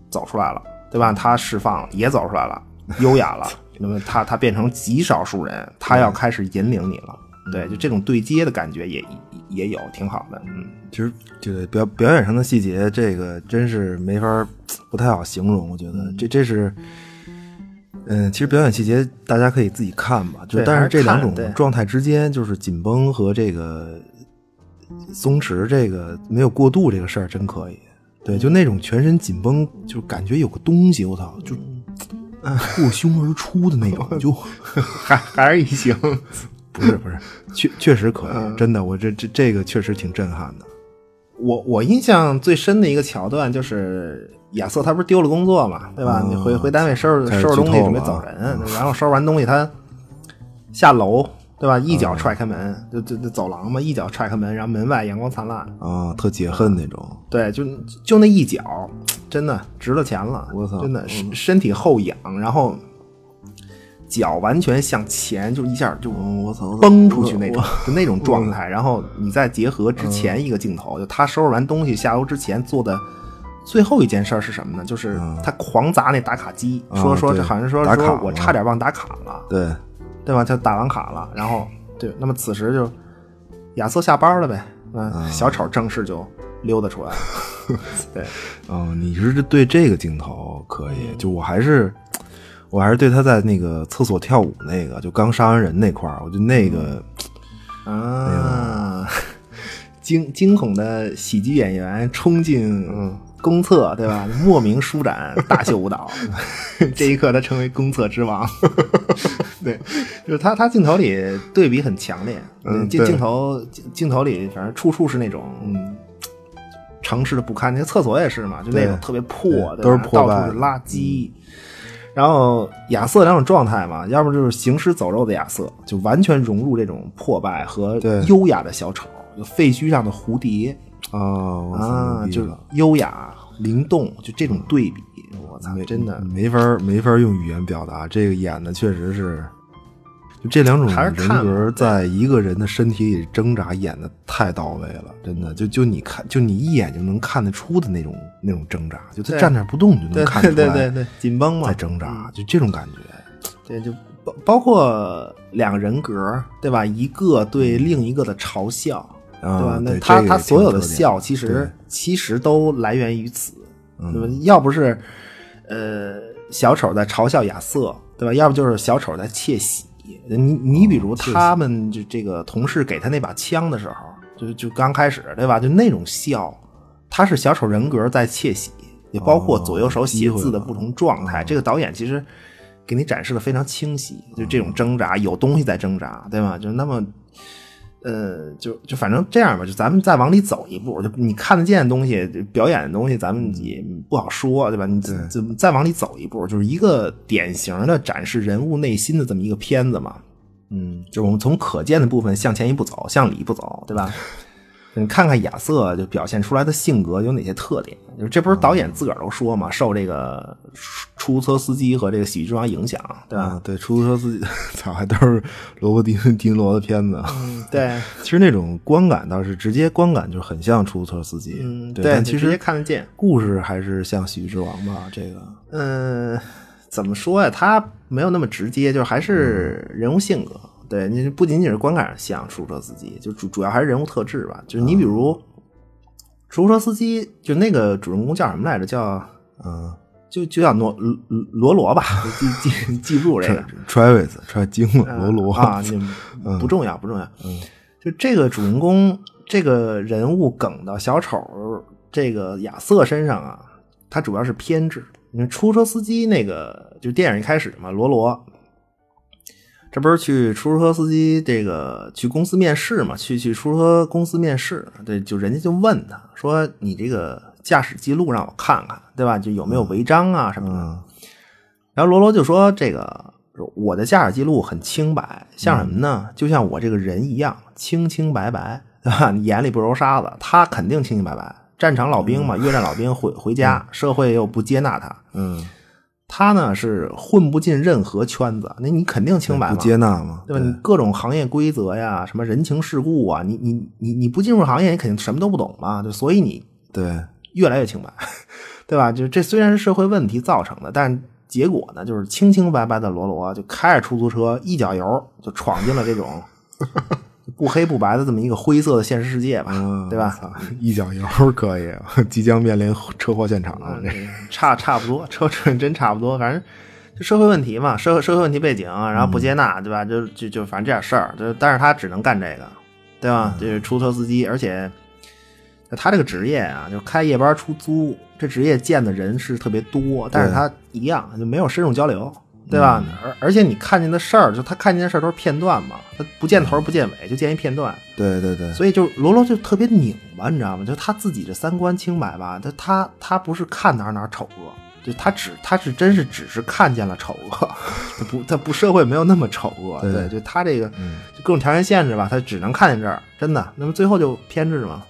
[SPEAKER 4] 走出来了，对吧？他释放了，也走出来了，优雅了。那么他他变成极少数人，他要开始引领你了。对，就这种对接的感觉也也也有，挺好的。嗯，
[SPEAKER 2] 其实这个表表演上的细节，这个真是没法儿不太好形容。我觉得这这是，嗯、其实表演细节大家可以自己看吧。就
[SPEAKER 4] 对
[SPEAKER 2] 但
[SPEAKER 4] 还
[SPEAKER 2] 是
[SPEAKER 4] 是
[SPEAKER 2] 这两
[SPEAKER 4] 看
[SPEAKER 2] 种
[SPEAKER 4] 对
[SPEAKER 2] 状态之间，就是紧绷和这个松弛，这个没有过度这个事儿真可以。对，
[SPEAKER 4] 嗯
[SPEAKER 2] 就那种全身紧绷，就感觉有个东西，我操，就破胸而出的那种， *laughs* 就。
[SPEAKER 4] 还还是一嗯行。
[SPEAKER 2] 不是不是，确确实可以，真的，我这这这个确实挺震撼的。
[SPEAKER 4] 我我印象最深的一个桥段就是亚瑟他不是丢了工作嘛，对吧？你回回单位收拾
[SPEAKER 2] 嗯开始
[SPEAKER 4] 收拾东西
[SPEAKER 2] 剧透
[SPEAKER 4] 准备
[SPEAKER 2] 了啊
[SPEAKER 4] 走人，然后收拾完东西他下楼，对吧？一
[SPEAKER 2] 嗯
[SPEAKER 4] 脚踹开门，就就就走廊嘛，一脚踹开门，然后门外阳光灿烂。
[SPEAKER 2] 啊，特解恨那种，
[SPEAKER 4] 对，就就那一脚，真的值了钱了。
[SPEAKER 2] 我操嗯
[SPEAKER 4] 真的身身体后仰，然后脚完全向前，就一下就
[SPEAKER 2] 哦我操我操
[SPEAKER 4] 崩出去那种，就那种状态。然后你再结合
[SPEAKER 2] 嗯
[SPEAKER 4] 之前一个镜头，就他收拾完东西下楼之前做的。最后一件事儿是什么呢？就是他狂砸那打卡机，
[SPEAKER 2] 嗯啊
[SPEAKER 4] 说说
[SPEAKER 2] 对
[SPEAKER 4] 这好像说
[SPEAKER 2] 打卡
[SPEAKER 4] 说我
[SPEAKER 2] 了
[SPEAKER 4] 差点忘打卡了，
[SPEAKER 2] 对，
[SPEAKER 4] 对吧？他打完卡了，然后对，那么此时就亚瑟下班了呗，
[SPEAKER 2] 啊
[SPEAKER 4] 嗯，小丑正式就溜
[SPEAKER 2] *laughs*
[SPEAKER 4] 达出来了，对，
[SPEAKER 2] 嗯，你是对这个镜头可以，就我还是，我还是对他在那个厕所跳舞那个，就刚杀完人那块儿，我就那
[SPEAKER 4] 嗯
[SPEAKER 2] 个，
[SPEAKER 4] 啊， *laughs* 惊惊恐的喜剧演员冲进公厕，对吧？莫名舒展，大秀舞蹈。 *laughs* 这一刻，他成为公厕之王。对，就是他，他镜头里对比很强烈。
[SPEAKER 2] 嗯
[SPEAKER 4] 镜
[SPEAKER 2] 对
[SPEAKER 4] 镜头镜镜头里，反正处处是那种嗯。城市的不堪，那个厕所也是嘛，就那种
[SPEAKER 2] 对
[SPEAKER 4] 特别破，
[SPEAKER 2] 对
[SPEAKER 4] 对吧
[SPEAKER 2] 都是破败嗯
[SPEAKER 4] 到处是垃圾。然后亚瑟两种状态嘛，要么就是行尸走肉的亚瑟，就完全融入这种破败和
[SPEAKER 2] 对
[SPEAKER 4] 优雅的小丑，就废墟上的蝴蝶
[SPEAKER 2] 啊，我操，
[SPEAKER 4] 啊，
[SPEAKER 2] 牛逼
[SPEAKER 4] 就是
[SPEAKER 2] 了
[SPEAKER 4] 优雅灵动，就这种对比，我操，真的
[SPEAKER 2] 没法儿没法儿用语言表达。这个演的确实是，就这两种
[SPEAKER 4] 还是
[SPEAKER 2] 人
[SPEAKER 4] 看吧
[SPEAKER 2] 格在一个人的身体里挣扎，演的太到位了，真的。就就你看，就你一眼就能看得出的那种那种挣扎，就他
[SPEAKER 4] 对
[SPEAKER 2] 站那儿不动就能
[SPEAKER 4] 对
[SPEAKER 2] 看
[SPEAKER 4] 对
[SPEAKER 2] 出
[SPEAKER 4] 对对
[SPEAKER 2] 来
[SPEAKER 4] 对，紧绷嘛，
[SPEAKER 2] 在挣扎，就这种感觉。
[SPEAKER 4] 对，就包包括两人格，对吧？一个对另一个的嘲笑，
[SPEAKER 2] 嗯啊
[SPEAKER 4] 对吧？那
[SPEAKER 2] 对
[SPEAKER 4] 他、
[SPEAKER 2] 这个
[SPEAKER 4] 他
[SPEAKER 2] 也
[SPEAKER 4] 所
[SPEAKER 2] 挺有
[SPEAKER 4] 有的
[SPEAKER 2] 特点
[SPEAKER 4] 笑，其实
[SPEAKER 2] 对嗯
[SPEAKER 4] 其实都来源于此，对吧？要不是呃小丑在嘲笑亚瑟，对吧？要不就是小丑在窃喜。你你
[SPEAKER 2] 哦
[SPEAKER 4] 比如他们就这个同事给他那把枪的时候，就就刚开始，对吧？就那种笑，他是小丑人格在窃喜，也包括左右手写字的不同状态。这个导演其实给你展示的非常清晰，就这种挣扎，有东西在挣扎，对吧？就那么，呃，就就反正这样吧，就咱们再往里走一步，就你看得见的东西，就表演的东西，咱们也不好说，对吧？你怎怎么再往里走一步，就是一个典型的展示人物内心的这么一个片子嘛。嗯，就是我们从可见的部分向前一步走，向里一步走，对吧？你看看亚瑟就表现出来的性格有哪些特点？就是这不是导演自个儿都说嘛，受这个出租车司机和这个喜剧之王影响，对吧？
[SPEAKER 2] 啊，对，出租车司机， *laughs* 操，还都是罗伯迪迪尼罗的片子。
[SPEAKER 4] 对，
[SPEAKER 2] 其实那种观感倒是直接观感就很像出租车司机，
[SPEAKER 4] 嗯，
[SPEAKER 2] 对，
[SPEAKER 4] 对，
[SPEAKER 2] 但
[SPEAKER 4] 你
[SPEAKER 2] 其
[SPEAKER 4] 直接
[SPEAKER 2] 实
[SPEAKER 4] 看得见。
[SPEAKER 2] 故事还是像《喜剧之王》吧，这个
[SPEAKER 4] 嗯，怎么说呀？他没有那么直接，就是还是人物性格。对你不仅仅是观感上像出租车司机，就主主要还是人物特质吧。就是你比如、出租车司机，就那个主人公叫什么来着？叫呃
[SPEAKER 2] 嗯
[SPEAKER 4] 就就叫罗罗罗罗吧， *laughs* 记记记住这个。
[SPEAKER 2] ，Travis 穿惊了罗罗
[SPEAKER 4] *laughs* 啊，你不重要，不重要。就这个主人公这个人物梗到小丑这个亚瑟身上啊，他主要是偏执。因为出租车司机那个，就电影一开始嘛，罗罗，这不是去出租车司机这个去公司面试嘛？去去出租车公司面试，对，就人家就问他说：“你这个驾驶记录让我看看，对吧？就有没有违章啊什么的。
[SPEAKER 2] 嗯
[SPEAKER 4] 然后罗罗就说：“这个我的驾驶记录很清白，像什么呢？就像我这个人一样，清清白白， *laughs* 对吧？你眼里不揉沙子，他肯定清清白白。战场老兵嘛，越战老兵回回家，社会又不接纳他，
[SPEAKER 2] 嗯，
[SPEAKER 4] 他呢是混不进任何圈子，那你肯定清白
[SPEAKER 2] 不
[SPEAKER 4] 嘛。”
[SPEAKER 2] 接纳嘛，
[SPEAKER 4] 对吧？你各种行业规则呀，什么人情世故啊，你你你你不进入行业，你肯定什么都不懂嘛，就所以你
[SPEAKER 2] 对，
[SPEAKER 4] 越来越清白， *laughs* 对吧？就是这虽然是社会问题造成的，但结果呢，就是清清白白的罗罗就开着出租车一脚油就闯进了
[SPEAKER 2] *laughs*
[SPEAKER 4] 这种不黑不白的这么一个灰色的现实世界吧，
[SPEAKER 2] 嗯
[SPEAKER 4] 对吧？
[SPEAKER 2] 操 *laughs* 一脚油儿可以， *laughs* 即将面临车祸现场了，这
[SPEAKER 4] 嗯 *laughs* 差差不多，车车真差不多，反正就社会问题嘛，社会社会问题背景，然后不接纳，对吧？就就就反正这点事儿，就但是他只能干这个，对吧？就是出租车司机，而且他这个职业啊，就开夜班出租，这职业见的人是特别多，但是
[SPEAKER 2] 对
[SPEAKER 4] 他一样就没有深入交流。对吧？而而且你看见的事儿，就他看见的事儿都是片段嘛，他不见头儿不见尾，就见一片段。
[SPEAKER 2] 对对对，
[SPEAKER 4] 所以就罗罗就特别拧巴，你知道吗？就他自己这三观清白吧，他他他不是看哪儿哪儿丑恶，就他只他是真是只是看见了丑恶，他不他不社会没有那么丑恶，
[SPEAKER 2] 对嗯
[SPEAKER 4] 对，就他这个、就各种条件限制吧，他只能看见这儿，真的。那么最后就偏执嘛，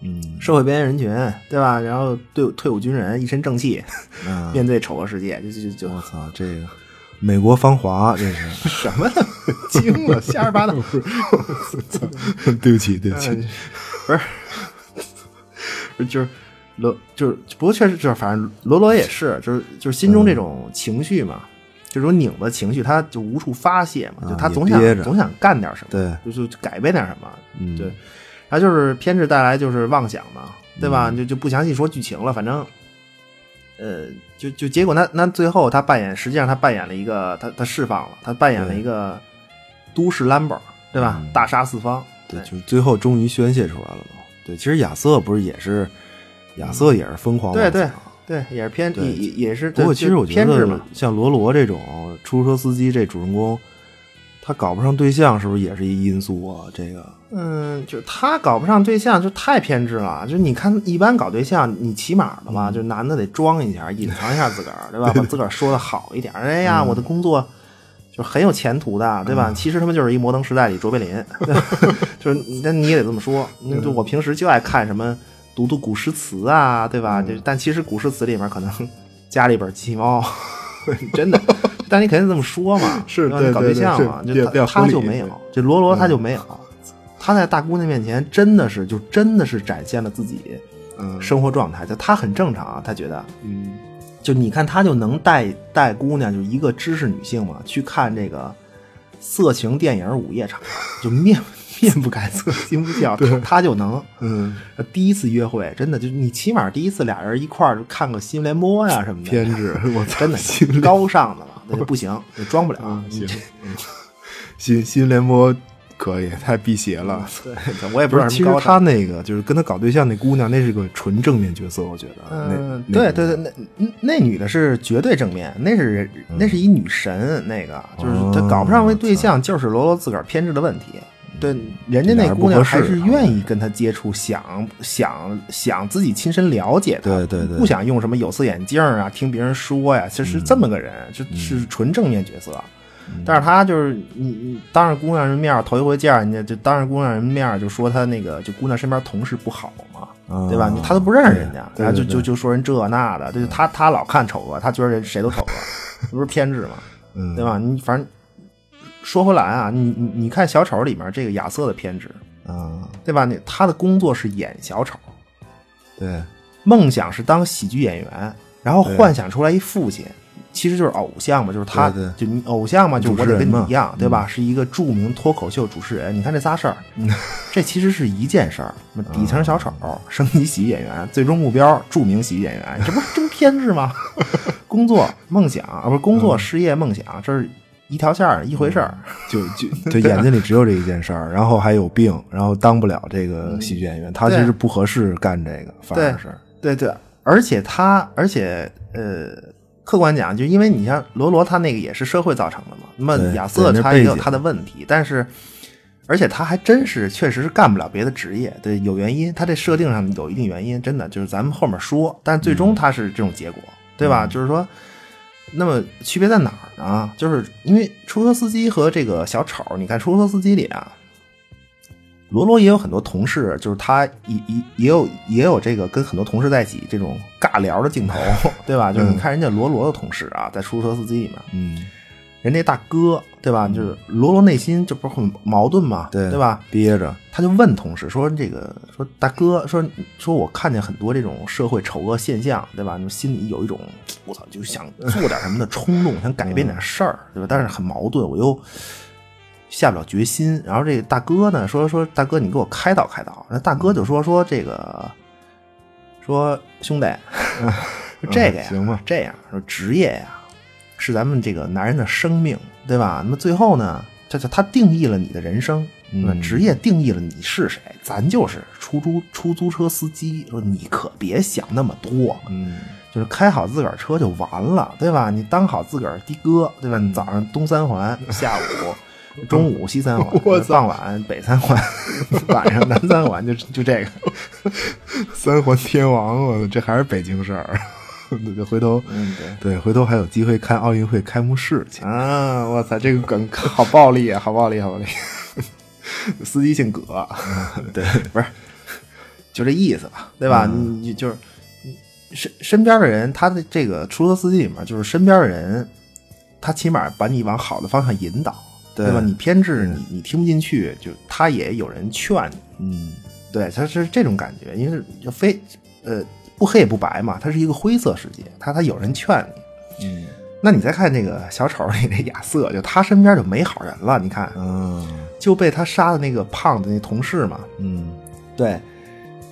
[SPEAKER 2] 嗯
[SPEAKER 4] 社会边缘人群，对吧？然后队伍退伍军人一身正气，
[SPEAKER 2] 啊，
[SPEAKER 4] 面对丑恶世界，就就就
[SPEAKER 2] 我操，啊这个美国芳华这是，
[SPEAKER 4] 什么都 *laughs* 惊了，瞎说八道。
[SPEAKER 2] *laughs* 对不起对不起，
[SPEAKER 4] 不是，就是罗，就是不过确实就是，反正罗罗也是，就是就是心
[SPEAKER 2] 嗯
[SPEAKER 4] 中这种情绪嘛，这种拧巴情绪，他就无处发泄
[SPEAKER 2] 啊
[SPEAKER 4] 嘛，就他
[SPEAKER 2] 也
[SPEAKER 4] 总想
[SPEAKER 2] 憋着
[SPEAKER 4] 总想干点什么，
[SPEAKER 2] 对，
[SPEAKER 4] 就是改变点什么，
[SPEAKER 2] 嗯
[SPEAKER 4] 对。然后就是偏执带来就是妄想嘛，对吧？
[SPEAKER 2] 嗯
[SPEAKER 4] 就就不详细说剧情了，反正，呃，就就结果那那最后他扮演，实际上他扮演了一个他他释放了，他扮演了一个都市 Lambo，对吧？
[SPEAKER 2] 嗯
[SPEAKER 4] 大杀四方，
[SPEAKER 2] 对，就是最后终于宣泄出来了嘛。对，其实亚瑟不是也是，亚瑟也是疯狂妄
[SPEAKER 4] 对
[SPEAKER 2] 想
[SPEAKER 4] 对对，也是偏
[SPEAKER 2] 对
[SPEAKER 4] 也也也是。
[SPEAKER 2] 不过
[SPEAKER 4] 就
[SPEAKER 2] 其实我觉
[SPEAKER 4] 偏执
[SPEAKER 2] 得
[SPEAKER 4] 嘛，，
[SPEAKER 2] 像罗罗这种出租车司机这主人公，他搞不上对象，是不是也是一因素啊？这个
[SPEAKER 4] 嗯，就是他搞不上对象就太偏执了。就你看，一般搞对象，你起码的
[SPEAKER 2] 嗯
[SPEAKER 4] 吧，就男的得装一下，隐藏一下自个儿，
[SPEAKER 2] *laughs*
[SPEAKER 4] 对吧？把自个儿说的好一点。哎呀，
[SPEAKER 2] 嗯
[SPEAKER 4] 我的工作。就很有前途的，对吧？其实他们就是一摩
[SPEAKER 2] *laughs*
[SPEAKER 4] 登 *laughs* 时代里卓别林，对吧就是那你也得这么说。那就我平时就爱看什么读读古诗词啊，对
[SPEAKER 2] 嗯
[SPEAKER 4] 吧？就但其实古诗词里面可能加了一本《鸡猫》， *laughs*
[SPEAKER 2] *laughs*
[SPEAKER 4] 真的。但你肯定这么说嘛，
[SPEAKER 2] 是
[SPEAKER 4] 让
[SPEAKER 2] 对
[SPEAKER 4] 你搞
[SPEAKER 2] 对
[SPEAKER 4] 对
[SPEAKER 2] 对
[SPEAKER 4] 象
[SPEAKER 2] 是
[SPEAKER 4] 嘛，
[SPEAKER 2] 比较
[SPEAKER 4] 就
[SPEAKER 2] 比较
[SPEAKER 4] 他
[SPEAKER 2] 合
[SPEAKER 4] 他就
[SPEAKER 2] 理嗯
[SPEAKER 4] 没有，这罗罗他就没有。他在大姑娘面前真的是，就真的是展现了自己
[SPEAKER 2] 嗯
[SPEAKER 4] 生活状态，就他很正常啊，他觉得，
[SPEAKER 2] 嗯
[SPEAKER 4] 就你看她就能带带姑娘，就一个知识女性嘛，去看这个色情电影《午夜场》，就面面不改色心不
[SPEAKER 2] *laughs*
[SPEAKER 4] 跳，她她就能。
[SPEAKER 2] 嗯，
[SPEAKER 4] 第一次约会真的就你起码第一次俩人一块儿看个新闻联播呀、什么
[SPEAKER 2] *laughs*
[SPEAKER 4] 的，
[SPEAKER 2] 偏执， *laughs* 我操，
[SPEAKER 4] 真的嗯高尚的了，那就
[SPEAKER 2] *laughs*
[SPEAKER 4] 不行，就装不了。
[SPEAKER 2] 啊
[SPEAKER 4] 你
[SPEAKER 2] 行，新新联播可以，太辟邪了。
[SPEAKER 4] 嗯对，我也不
[SPEAKER 2] 不是，
[SPEAKER 4] 知道
[SPEAKER 2] 其
[SPEAKER 4] 什
[SPEAKER 2] 实
[SPEAKER 4] 么高
[SPEAKER 2] 他
[SPEAKER 4] 尚。
[SPEAKER 2] 那个就是跟他搞对象那姑娘，那是个纯正面角色，我觉得。
[SPEAKER 4] 嗯，
[SPEAKER 2] 那
[SPEAKER 4] 对对，对，那那女的是绝对正面，那是人
[SPEAKER 2] 嗯
[SPEAKER 4] 那是一女神，那个就是她
[SPEAKER 2] 哦
[SPEAKER 4] 搞不上为对象，就是罗罗自个儿偏执的问题。对，人家那姑娘还
[SPEAKER 2] 啊
[SPEAKER 4] 是愿意跟他接触，想想想自己亲身了解他，
[SPEAKER 2] 对对对嗯
[SPEAKER 4] 不想用什么有色眼镜啊，听别人说呀，其实是这么个人，就是是纯正面角色。但是他就是你你当着姑娘人面儿头一回见人家，就当着姑娘人面儿就说他那个就姑娘身边同事不好嘛，
[SPEAKER 2] 啊
[SPEAKER 4] 对吧？你他都不认识人家，
[SPEAKER 2] 对对
[SPEAKER 4] 然后就
[SPEAKER 2] 对
[SPEAKER 4] 就就说人这那的，就是他他老看丑恶，他觉得人谁都丑恶，
[SPEAKER 2] *laughs*
[SPEAKER 4] 这不是偏执吗？
[SPEAKER 2] 嗯，
[SPEAKER 4] 对吧？你反正说回来啊，你你你看小丑里面这个亚瑟的偏执，
[SPEAKER 2] 啊，
[SPEAKER 4] 对吧？你他的工作是演小丑，
[SPEAKER 2] 对，
[SPEAKER 4] 梦想是当喜剧演员，然后幻想出来一父亲，其实就是偶像嘛，就是他，
[SPEAKER 2] 对对
[SPEAKER 4] 就你偶像嘛，就
[SPEAKER 2] 主
[SPEAKER 4] 我
[SPEAKER 2] 持
[SPEAKER 4] 得
[SPEAKER 2] 人
[SPEAKER 4] 跟
[SPEAKER 2] 嘛嗯
[SPEAKER 4] 你一样，对吧？是一个著名脱口秀主持人。你看这
[SPEAKER 2] *laughs*
[SPEAKER 4] 仨事儿，这其实是一件事儿：什么底层小丑、
[SPEAKER 2] 嗯
[SPEAKER 4] *laughs* 升级喜剧演员，最终目标著名喜剧演员，这不是真偏执吗？工作梦想啊，不是工
[SPEAKER 2] 嗯
[SPEAKER 4] 作事业梦想，这是一条线儿一回事儿。
[SPEAKER 2] 就就 *laughs* 对，眼睛里只有这一件事儿，然后还有病，然后当不了这个喜剧演员，他其
[SPEAKER 4] 嗯对
[SPEAKER 2] 实不合适干这个，反而是，
[SPEAKER 4] 对对，而且他，而且呃，客观讲，就因为你像罗罗他那个也是社会造成的嘛，那么
[SPEAKER 2] 对
[SPEAKER 4] 亚瑟
[SPEAKER 2] 对那是
[SPEAKER 4] 他也
[SPEAKER 2] 背
[SPEAKER 4] 有
[SPEAKER 2] 景
[SPEAKER 4] 他的问题，但是。而且他还真是，确实是干不了别的职业，对，有原因。他这设定上有一定原因，真的就是咱们后面说。但最
[SPEAKER 2] 嗯
[SPEAKER 4] 终他是这种结果，对吧？就是说，那么区别在哪儿呢？就是因为出租车司机和这个小丑，你看出租车司机里啊，罗罗也有很多同事，就是他也也也有也有这个跟很多同事在一起这种尬聊
[SPEAKER 2] *laughs*
[SPEAKER 4] 的镜头，对吧？就是你看人家罗罗的同事啊，在出租车司机里面，
[SPEAKER 2] 嗯，
[SPEAKER 4] 人家大哥，对吧？就是罗罗内心这不是很矛盾嘛，
[SPEAKER 2] 对，
[SPEAKER 4] 对吧？？
[SPEAKER 2] 憋着，
[SPEAKER 4] 他就问同事说：“这个说大哥说说我看见很多这种社会丑恶现象，对吧？你心里有一种我操，就是想做点什么的
[SPEAKER 2] *laughs*
[SPEAKER 4] 冲动，想改变点事儿，对吧？但是很矛盾，我又下不了决心。然后这个大哥呢说说大哥，你给我开导开导。那大哥就说说这个说兄弟，说这个呀，
[SPEAKER 2] 嗯行吧
[SPEAKER 4] 这样说职业呀，是咱们这个男人的生命，对吧？那么最后呢，这就他定义了你的人生，
[SPEAKER 2] 嗯
[SPEAKER 4] 那职业定义了你是谁，咱就是出租出租车司机。说你可别想那么多，
[SPEAKER 2] 嗯，
[SPEAKER 4] 就是开好自个儿车就完了，对吧？你当好自个儿的哥，对吧？你早上东三环，下午中午
[SPEAKER 2] *laughs*
[SPEAKER 4] 西三环，傍晚北三环， *laughs* 晚上南三环，就就这个。
[SPEAKER 2] *laughs* 三环天王，我这还是北京事儿， *laughs* 对，回头，
[SPEAKER 4] 嗯对
[SPEAKER 2] 对，回头还有机会看奥运会开幕式去，
[SPEAKER 4] 啊！我操，这个梗好暴力啊，好暴力，好暴力！ *laughs* 司机姓葛，
[SPEAKER 2] 嗯
[SPEAKER 4] 对， *laughs* 不是，就这意思吧，对吧？
[SPEAKER 2] 嗯
[SPEAKER 4] 你你就是你身身边的人，他的这个出租车司机里面，就是身边的人，他起码把你往好的方向引导，
[SPEAKER 2] 对
[SPEAKER 4] 吧？你偏执，你你听不进去，就他也有人劝你，
[SPEAKER 2] 嗯，
[SPEAKER 4] 对，它是这种感觉，因为就非呃不黑也不白嘛，它是一个灰色世界，它它有人劝你，
[SPEAKER 2] 嗯，
[SPEAKER 4] 那你再看这个小丑里那亚瑟，就他身边就没好人了，你看
[SPEAKER 2] 啊，
[SPEAKER 4] 就被他杀的那个胖子那同事嘛，
[SPEAKER 2] 嗯，
[SPEAKER 4] 对，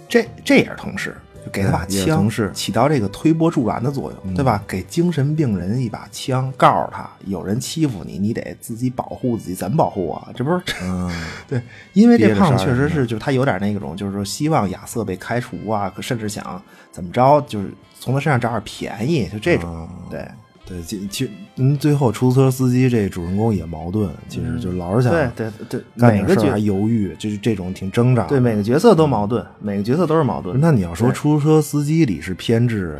[SPEAKER 4] 这这也是同事，就给他把
[SPEAKER 2] 嗯也是
[SPEAKER 4] 枪，
[SPEAKER 2] 同事嗯
[SPEAKER 4] 起到这个推波助澜的作用，对吧？给精神病人一把枪，告诉他有人欺负你，你得自己保护自己，怎么保护啊？这不是
[SPEAKER 2] 啊，
[SPEAKER 4] *laughs* 对，因为这
[SPEAKER 2] 憋着啊
[SPEAKER 4] 胖子
[SPEAKER 2] 杀
[SPEAKER 4] 确
[SPEAKER 2] 人
[SPEAKER 4] 实是，就是他有点那种，就是说希望亚瑟被开除啊，可甚至想怎么着，就是从他身上找点便宜，就这种。对
[SPEAKER 2] 嗯对，其其嗯，最后出租车司机这主人公也矛盾，其实就老是想
[SPEAKER 4] 嗯对对对，
[SPEAKER 2] 干
[SPEAKER 4] 每
[SPEAKER 2] 点
[SPEAKER 4] 个
[SPEAKER 2] 事儿
[SPEAKER 4] 角
[SPEAKER 2] 还犹豫，就是这种挺挣扎的。
[SPEAKER 4] 对每个角色都矛盾，每个角色都是矛盾。
[SPEAKER 2] 那你要说
[SPEAKER 4] 对
[SPEAKER 2] 出租车司机里是偏执，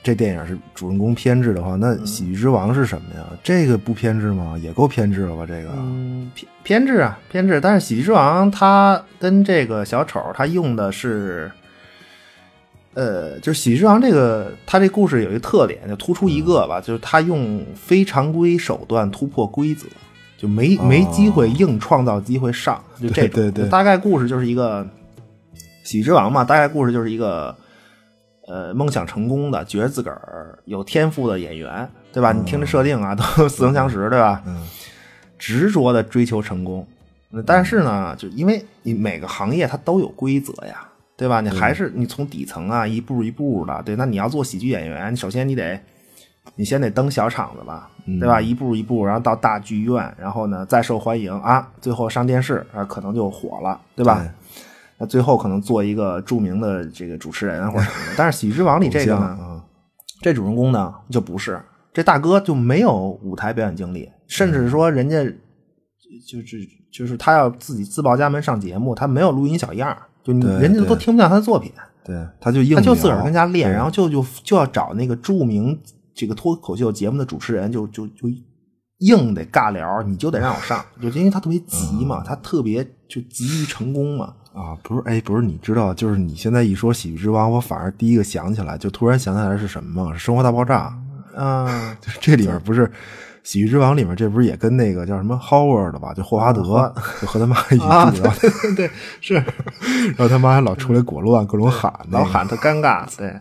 [SPEAKER 2] 这电影是主人公偏执的话，
[SPEAKER 4] 嗯
[SPEAKER 2] 那喜剧之王是什么呀？这个不偏执吗？也够偏执了吧？这个，
[SPEAKER 4] 嗯偏偏执啊偏执，但是喜剧之王他跟这个小丑他用的是呃，就是《喜剧之王》这个，它这故事有一个特点，就突出一个
[SPEAKER 2] 嗯
[SPEAKER 4] 吧，就是它用非常规手段突破规则，就没、
[SPEAKER 2] 哦
[SPEAKER 4] 没机会硬创造机会上，就这种。
[SPEAKER 2] 对对对
[SPEAKER 4] 大概故事就是一个《喜剧之王》嘛，大概故事就是一个呃梦想成功的、觉得自个儿有天赋的演员，对吧？你听这设定啊，都似曾相识，对吧？
[SPEAKER 2] 哦嗯，
[SPEAKER 4] 执着的追求成功。那但是呢，就因为你每个行业它都有规则呀，对吧？你还是你从底层啊一步一步的，对。那你要做喜剧演员，你首先你得，你先得登小场子吧，对
[SPEAKER 2] 嗯
[SPEAKER 4] 吧？一步一步，然后到大剧院，然后呢再受欢迎啊，最后上电视啊，可能就火了，对吧？
[SPEAKER 2] 对
[SPEAKER 4] 那最后可能做一个著名的这个主持人啊或者什么的。但是《喜剧之王》里这个
[SPEAKER 2] *laughs* 偶像啊
[SPEAKER 4] 呢，这主人公呢就不是，这大哥就没有舞台表演经历，甚
[SPEAKER 2] 嗯
[SPEAKER 4] 至说人家就就就是他要自己自报家门上节目，他没有录音小样儿，就你
[SPEAKER 2] 对
[SPEAKER 4] 人家都
[SPEAKER 2] 对
[SPEAKER 4] 听不到他的作品，
[SPEAKER 2] 对，他就硬
[SPEAKER 4] 他就
[SPEAKER 2] 聊
[SPEAKER 4] 自个儿跟家练，
[SPEAKER 2] 对
[SPEAKER 4] 然后就就就要找那个著名这个脱口秀节目的主持人，就就就硬得尬聊，你就得让我上，就因为他特别急
[SPEAKER 2] 嗯
[SPEAKER 4] 嘛，他特别就急于成功嘛。
[SPEAKER 2] 啊，不是，哎，不是，你知道，就是你现在一说《喜剧之王》，我反而第一个想起来，就突然想起来是什么吗？是《生活大爆炸》
[SPEAKER 4] 啊，
[SPEAKER 2] 就是 *laughs* 这里边不是《喜剧之王》里面，这不是也跟那个叫什么 Howard 吧，就霍华德，就和他妈一起住，
[SPEAKER 4] 嗯啊
[SPEAKER 2] 然后
[SPEAKER 4] 对对是，
[SPEAKER 2] 然后他妈还老出来
[SPEAKER 4] 嗯
[SPEAKER 2] 裹乱，各种喊那
[SPEAKER 4] 啊老
[SPEAKER 2] 个，
[SPEAKER 4] 喊他尴尬，对，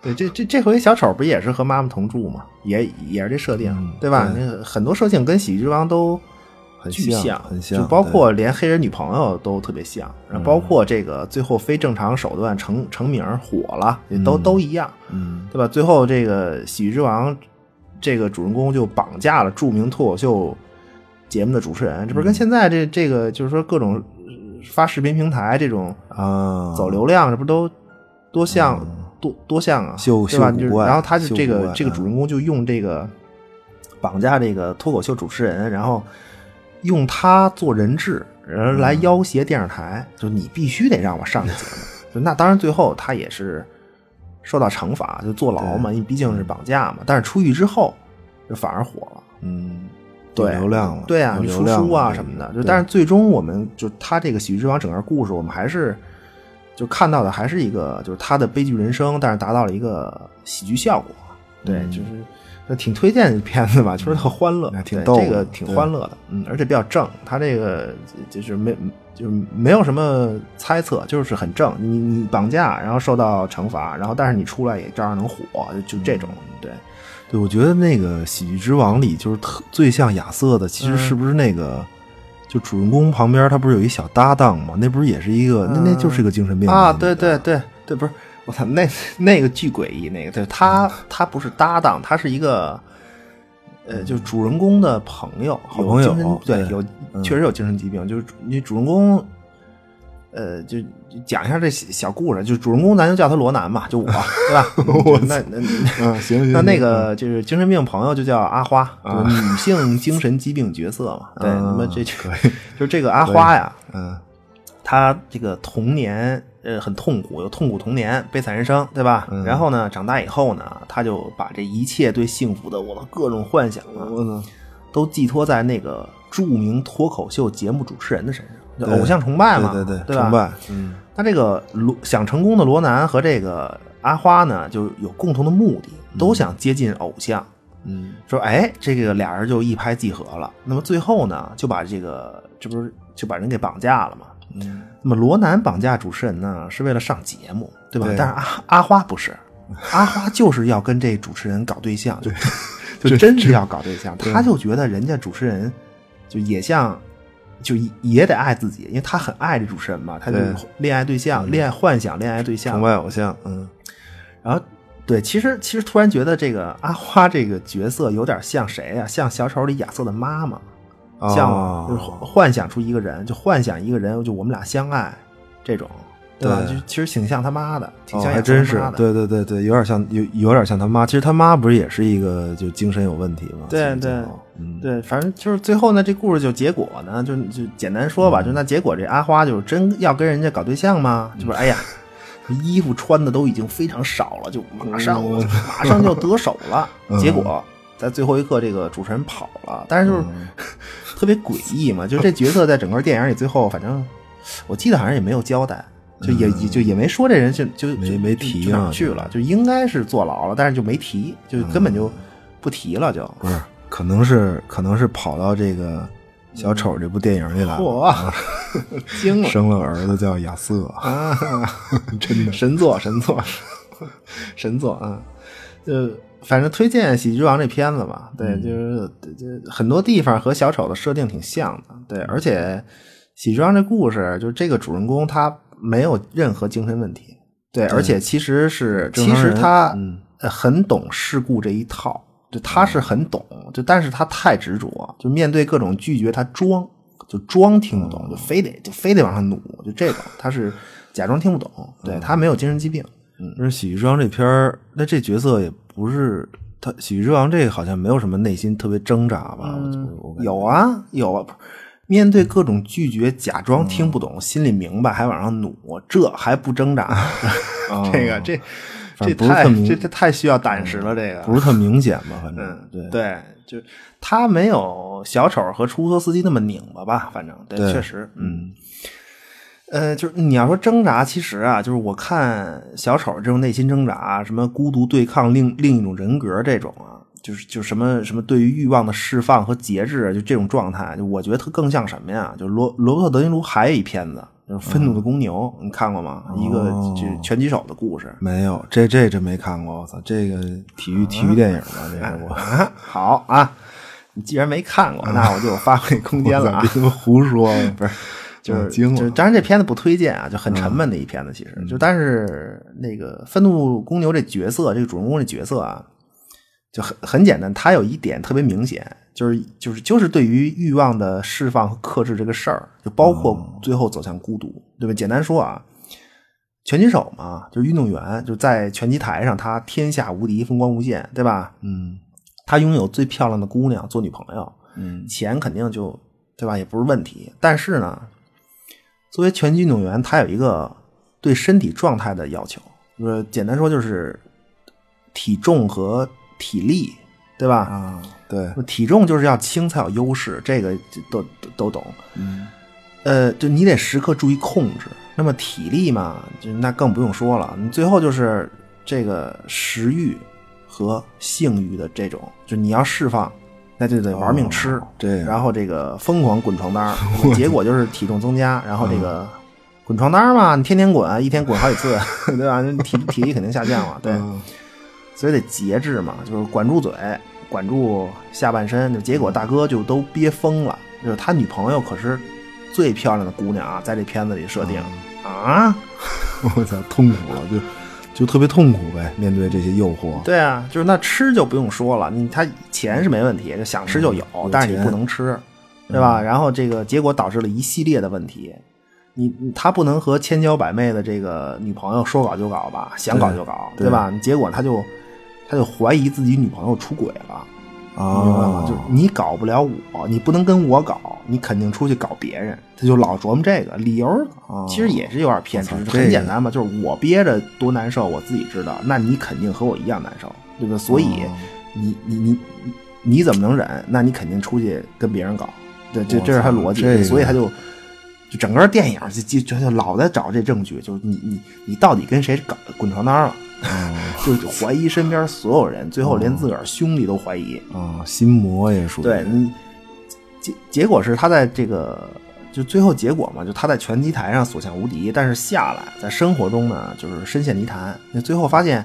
[SPEAKER 4] 对，这这这回小丑不也是和妈妈同住嘛，也也是这设定，嗯对吧？那个很多设定跟《喜剧之王》都
[SPEAKER 2] 很
[SPEAKER 4] 巨
[SPEAKER 2] 像
[SPEAKER 4] 像，
[SPEAKER 2] 很像
[SPEAKER 4] 就包括嗯连黑人女朋友都特别像，然后包括这个最后非正常手段成成名儿火了，也都、都一样，
[SPEAKER 2] 嗯，
[SPEAKER 4] 对吧？最后这个《喜剧之王》这个主人公就绑架了著名脱口秀节目的主持人，这不是跟现在这这个就是说各种呃发视频平台这种
[SPEAKER 2] 啊，
[SPEAKER 4] 走流量，这不都多项、多多项啊，
[SPEAKER 2] 嗯秀
[SPEAKER 4] 对吧？
[SPEAKER 2] 秀
[SPEAKER 4] 就是
[SPEAKER 2] 古怪
[SPEAKER 4] 然后他就这
[SPEAKER 2] 秀古
[SPEAKER 4] 个
[SPEAKER 2] 怪
[SPEAKER 4] 这个
[SPEAKER 2] 嗯
[SPEAKER 4] 主人公就用这个绑架这个脱口秀主持人，然后用他做人质，然后
[SPEAKER 2] 嗯
[SPEAKER 4] 来要挟电视台，就你必须得让我上这节目。 *laughs* 就那当然，最后他也是受到惩罚，就坐牢嘛，因为毕竟是绑架嘛。但是出狱之后，就反而火了。
[SPEAKER 2] 嗯，有
[SPEAKER 4] 对
[SPEAKER 2] 流量了，
[SPEAKER 4] 对啊，
[SPEAKER 2] 有
[SPEAKER 4] 你
[SPEAKER 2] 流
[SPEAKER 4] 出
[SPEAKER 2] 量
[SPEAKER 4] 书啊
[SPEAKER 2] 了
[SPEAKER 4] 什么的。
[SPEAKER 2] 对
[SPEAKER 4] 就但是最终我们就他这个《喜剧之王》整个故事，我们还是就看到的还是一个就是他的悲剧人生，但是达到了一个喜剧效果。对，
[SPEAKER 2] 嗯
[SPEAKER 4] 就是就挺推荐这片子吧，就是特欢乐
[SPEAKER 2] 嗯，挺
[SPEAKER 4] 对
[SPEAKER 2] 逗
[SPEAKER 4] 这个
[SPEAKER 2] 的
[SPEAKER 4] 挺
[SPEAKER 2] 对
[SPEAKER 4] 欢乐的，嗯，而且比较正。他这个就是没就是没有什么猜测，就是很正。你你绑架，然后受到惩罚，然后但是你出来也照样能火，就就这种。
[SPEAKER 2] 嗯
[SPEAKER 4] 对，
[SPEAKER 2] 对，我觉得那个《喜剧之王》里就是特最像亚瑟的，其实
[SPEAKER 4] 嗯
[SPEAKER 2] 是不是那个、就主人公旁边他不是有一小搭档吗？那不是也是一个、那那就是个精神病
[SPEAKER 4] 啊！
[SPEAKER 2] 吗
[SPEAKER 4] 对对对对，不是我操，那那个巨诡异，那个对
[SPEAKER 2] 嗯
[SPEAKER 4] 他他不是搭档，他是一个呃，就是主人公的朋友，
[SPEAKER 2] 好
[SPEAKER 4] 有
[SPEAKER 2] 朋友哎嗯
[SPEAKER 4] 精神对
[SPEAKER 2] 对
[SPEAKER 4] 有确实有精神疾病，就是主你主人公。呃，就就讲一下这小小故事，就主人公咱就叫他罗南吧，就
[SPEAKER 2] *laughs*
[SPEAKER 4] 我，对吧？我那那
[SPEAKER 2] 嗯啊行行
[SPEAKER 4] 那
[SPEAKER 2] 行
[SPEAKER 4] 那个就是精神病朋友就叫阿花，就是女性精神疾病角色嘛。对，那么这
[SPEAKER 2] 啊
[SPEAKER 4] 就就这个阿花呀，
[SPEAKER 2] 嗯
[SPEAKER 4] 他这个童年呃很痛苦，有痛苦童年，悲惨人生，对吧？
[SPEAKER 2] 嗯
[SPEAKER 4] 然后呢，长大以后呢，他就把这一切对幸福的我的各种幻想啊，
[SPEAKER 2] 嗯
[SPEAKER 4] 都寄托在那个著名脱口秀节目主持人的身上，就
[SPEAKER 2] 对
[SPEAKER 4] 偶像崇拜嘛，
[SPEAKER 2] 对对
[SPEAKER 4] 对
[SPEAKER 2] 对，
[SPEAKER 4] 吧
[SPEAKER 2] 崇拜嗯
[SPEAKER 4] 那这个罗想成功的罗南和这个阿花呢，就有共同的目的，都想接近偶像。
[SPEAKER 2] 嗯
[SPEAKER 4] 说哎，这个俩人就一拍即合了。那么最后呢，就把这个这不是就把人给绑架了吗？
[SPEAKER 2] 嗯，
[SPEAKER 4] 那么罗南绑架主持人呢，是为了上节目，对吧？
[SPEAKER 2] 对
[SPEAKER 4] 但是阿阿花不是，阿花就是要跟这主持人搞对 *laughs* 象，对，就
[SPEAKER 2] 这
[SPEAKER 4] 真是要搞对象。他就觉得人家主持人就也像，就也也得爱自己，因为他很爱这主持人嘛，他就
[SPEAKER 2] 对
[SPEAKER 4] 恋爱对象、恋爱幻想、恋爱对象啊
[SPEAKER 2] 崇，拜偶像嗯
[SPEAKER 4] 然后对，其实其实突然觉得这个阿花这个角色有点像谁呀、像小丑里亚瑟的妈妈，
[SPEAKER 2] 哦
[SPEAKER 4] 像就是幻想出一个人，就幻想一个人，就我们俩相爱这种，对吧？
[SPEAKER 2] 对
[SPEAKER 4] 就其实挺像他妈的，挺
[SPEAKER 2] 哦
[SPEAKER 4] 像
[SPEAKER 2] 还
[SPEAKER 4] 亚瑟
[SPEAKER 2] 真
[SPEAKER 4] 他
[SPEAKER 2] 是
[SPEAKER 4] 妈的。
[SPEAKER 2] 对对对对，有点像有有点像他妈，其实他妈不是也是一个就精神有问题吗？
[SPEAKER 4] 对
[SPEAKER 2] 其实
[SPEAKER 4] 对
[SPEAKER 2] 嗯
[SPEAKER 4] 对，反正就是最后呢，这故事就结果呢，就就简单说
[SPEAKER 2] 嗯
[SPEAKER 4] 吧，就那结果，这阿花就是真要跟人家搞对象吗？
[SPEAKER 2] 嗯
[SPEAKER 4] 就是哎呀，衣服穿的都已经非常少了，就
[SPEAKER 2] 嗯
[SPEAKER 4] 马上我就马上
[SPEAKER 2] *laughs*
[SPEAKER 4] 就得手了。结果在最后一刻，这个主持人跑了，但是就是
[SPEAKER 2] 嗯
[SPEAKER 4] *laughs* 特别诡异嘛，就这角色在整个电影里最后，反正我记得好像也没有交代，就也也就也没说这人就就
[SPEAKER 2] 嗯没
[SPEAKER 4] 就
[SPEAKER 2] 没
[SPEAKER 4] 就
[SPEAKER 2] 提
[SPEAKER 4] 就哪
[SPEAKER 2] 啊
[SPEAKER 4] 儿去
[SPEAKER 2] 这
[SPEAKER 4] 了，就应该是坐牢了，但是就没提，就根本
[SPEAKER 2] 嗯
[SPEAKER 4] 就不提了，就
[SPEAKER 2] 不是，可能是可能是跑到这个小丑这部电影里来了，
[SPEAKER 4] 嚯，啊 *laughs* 惊了
[SPEAKER 2] 生了个儿子叫亚
[SPEAKER 4] *laughs*
[SPEAKER 2] 瑟，
[SPEAKER 4] 啊！真的神作，神作， *laughs* 神作啊！呃，反正推荐《喜剧之王》这片子吧，对，就是这很多地方和小丑的设定挺像的，对，而且《喜剧之王》这故事，就是这个主人公他没有任何精神问题，对，而且其实是
[SPEAKER 2] 正
[SPEAKER 4] 其
[SPEAKER 2] 常
[SPEAKER 4] 实
[SPEAKER 2] 人
[SPEAKER 4] 他
[SPEAKER 2] 嗯哦
[SPEAKER 4] 呃很懂事故这一套，就他是很懂，就但是他太执着，就面对各种拒绝他装。就装听不懂，就非得就非得往上努，就这种，他是假装听不懂，对他没有精神疾病，
[SPEAKER 2] 嗯
[SPEAKER 4] 嗯
[SPEAKER 2] 就是《喜剧之王》这片儿，那这角色也不是他，《喜剧之王》这个好像没有什么内心特别挣扎吧？我我我感觉
[SPEAKER 4] 嗯有啊，有啊，不是面对各种拒绝，假装听不
[SPEAKER 2] 嗯
[SPEAKER 4] 懂，心里明白还往上努，这还不挣扎？ *laughs* 这个这
[SPEAKER 2] 哦反正
[SPEAKER 4] 这
[SPEAKER 2] 不是
[SPEAKER 4] 太
[SPEAKER 2] 特明
[SPEAKER 4] 这这太需要胆识了，这个
[SPEAKER 2] 不是特明显吧？反
[SPEAKER 4] 嗯
[SPEAKER 2] 正对，
[SPEAKER 4] 对，就他没有小丑和出租车司机那么拧巴吧，反正对，
[SPEAKER 2] 对
[SPEAKER 4] 确实，嗯。呃，就是你要说挣扎，其实啊，就是我看小丑这种内心挣扎，什么孤独对抗另另一种人格这种啊，就是就是什么什么对于欲望的释放和节制，就这种状态，就我觉得它更像什么呀？就罗罗伯特·德尼卢还有一片子，就是《愤怒的公牛》，你看过吗？一个
[SPEAKER 2] 哦
[SPEAKER 4] 就是拳击手的故事，
[SPEAKER 2] 没有这这真没看过，我操，这个体育体育电影吧，这是我。 *laughs*
[SPEAKER 4] 啊，好啊，你既然没看
[SPEAKER 2] 嗯
[SPEAKER 4] 过，那我就有发挥空
[SPEAKER 2] *laughs*
[SPEAKER 4] 间了啊！
[SPEAKER 2] 你们胡说，不是，
[SPEAKER 4] *laughs* 就
[SPEAKER 2] 我
[SPEAKER 4] 是
[SPEAKER 2] 惊了嗯
[SPEAKER 4] 就是，当然这片子不推荐啊，就很沉闷的一片子，其实、就但是那个愤怒公牛这角色，这个主人公这角色啊，就很很简单，他有一点特别明显，就是就是就是对于欲望的释放和克制这个事儿，就包
[SPEAKER 2] 嗯
[SPEAKER 4] 括最后走向孤独，对吧？简单说啊，拳击手嘛，就是运动员，就在拳击台上他天下无敌，风光无限，对吧？
[SPEAKER 2] 嗯
[SPEAKER 4] 他拥有最漂亮的姑娘做女朋友，
[SPEAKER 2] 嗯
[SPEAKER 4] 钱肯定就对吧，也不是问题。但是呢，作为拳击运动员，他有一个对身体状态的要求，就是简单说就是体重和体力，对吧？
[SPEAKER 2] 啊，对，
[SPEAKER 4] 体重就是要轻才有优势，这个就都都都懂。
[SPEAKER 2] 嗯
[SPEAKER 4] 呃，就你得时刻注意控制。那么体力嘛，就那更不用说了。你最后就是这个食欲和性欲的这种，就你要释放，那就得玩命吃，
[SPEAKER 2] 哦这样
[SPEAKER 4] 然后这个疯狂滚
[SPEAKER 2] *laughs*
[SPEAKER 4] 床单儿，结果就是体重增加，然后这个
[SPEAKER 2] 嗯
[SPEAKER 4] 滚床单儿嘛，你天天滚，一天滚好几次， *laughs* 对吧？那体体力肯定下降了，对。
[SPEAKER 2] 嗯
[SPEAKER 4] 所以得节制嘛，就是管住嘴，管住下半身。就
[SPEAKER 2] 嗯
[SPEAKER 4] 结果大哥就都憋疯了，就是他女朋友可是最漂亮的姑娘啊，在这片子里设定、
[SPEAKER 2] 嗯
[SPEAKER 4] 啊，
[SPEAKER 2] 我操，痛苦了，就就特别痛苦呗，面对这些诱惑，
[SPEAKER 4] 对啊，就是那吃就不用说了，你他钱是没问题，就想吃就有，
[SPEAKER 2] 嗯有
[SPEAKER 4] 但是你
[SPEAKER 2] 钱嗯
[SPEAKER 4] 不能吃，对吧？然后这个结果导致了一系列的问题。你你他不能和千娇百媚的这个女朋友说搞就搞吧，想搞就搞，
[SPEAKER 2] 对
[SPEAKER 4] 对吧？结果他就他就怀疑自己女朋友出轨了，你明白吗？
[SPEAKER 2] 啊，
[SPEAKER 4] 就是你搞不了我，你不能跟我搞，你肯定出去搞别人。他就老琢磨这个理由儿
[SPEAKER 2] 哦，
[SPEAKER 4] 其实也是有点偏执，
[SPEAKER 2] 我操
[SPEAKER 4] 很
[SPEAKER 2] 这
[SPEAKER 4] 简
[SPEAKER 2] 个
[SPEAKER 4] 单嘛，就是我憋着多难受，我自己知道，那你肯定和我一样难受，对吧？所以
[SPEAKER 2] 哦
[SPEAKER 4] 你你你你你怎么能忍？那你肯定出去跟别人搞，对，这
[SPEAKER 2] 我
[SPEAKER 4] 这是他
[SPEAKER 2] 操
[SPEAKER 4] 逻辑，
[SPEAKER 2] 这个
[SPEAKER 4] 所以他就。就整个电影就就就就老在找这证据，就是你你你到底跟谁搞滚床单儿了？
[SPEAKER 2] 哦
[SPEAKER 4] 就是怀疑身边所有人，最后连自个儿兄弟都怀疑。
[SPEAKER 2] 啊，心魔也属于
[SPEAKER 4] 对，嗯结结果是他在这个就最后结果嘛，就他在拳击台上所向无敌，但是下来在生活中呢，就是深陷泥潭。那最后发现，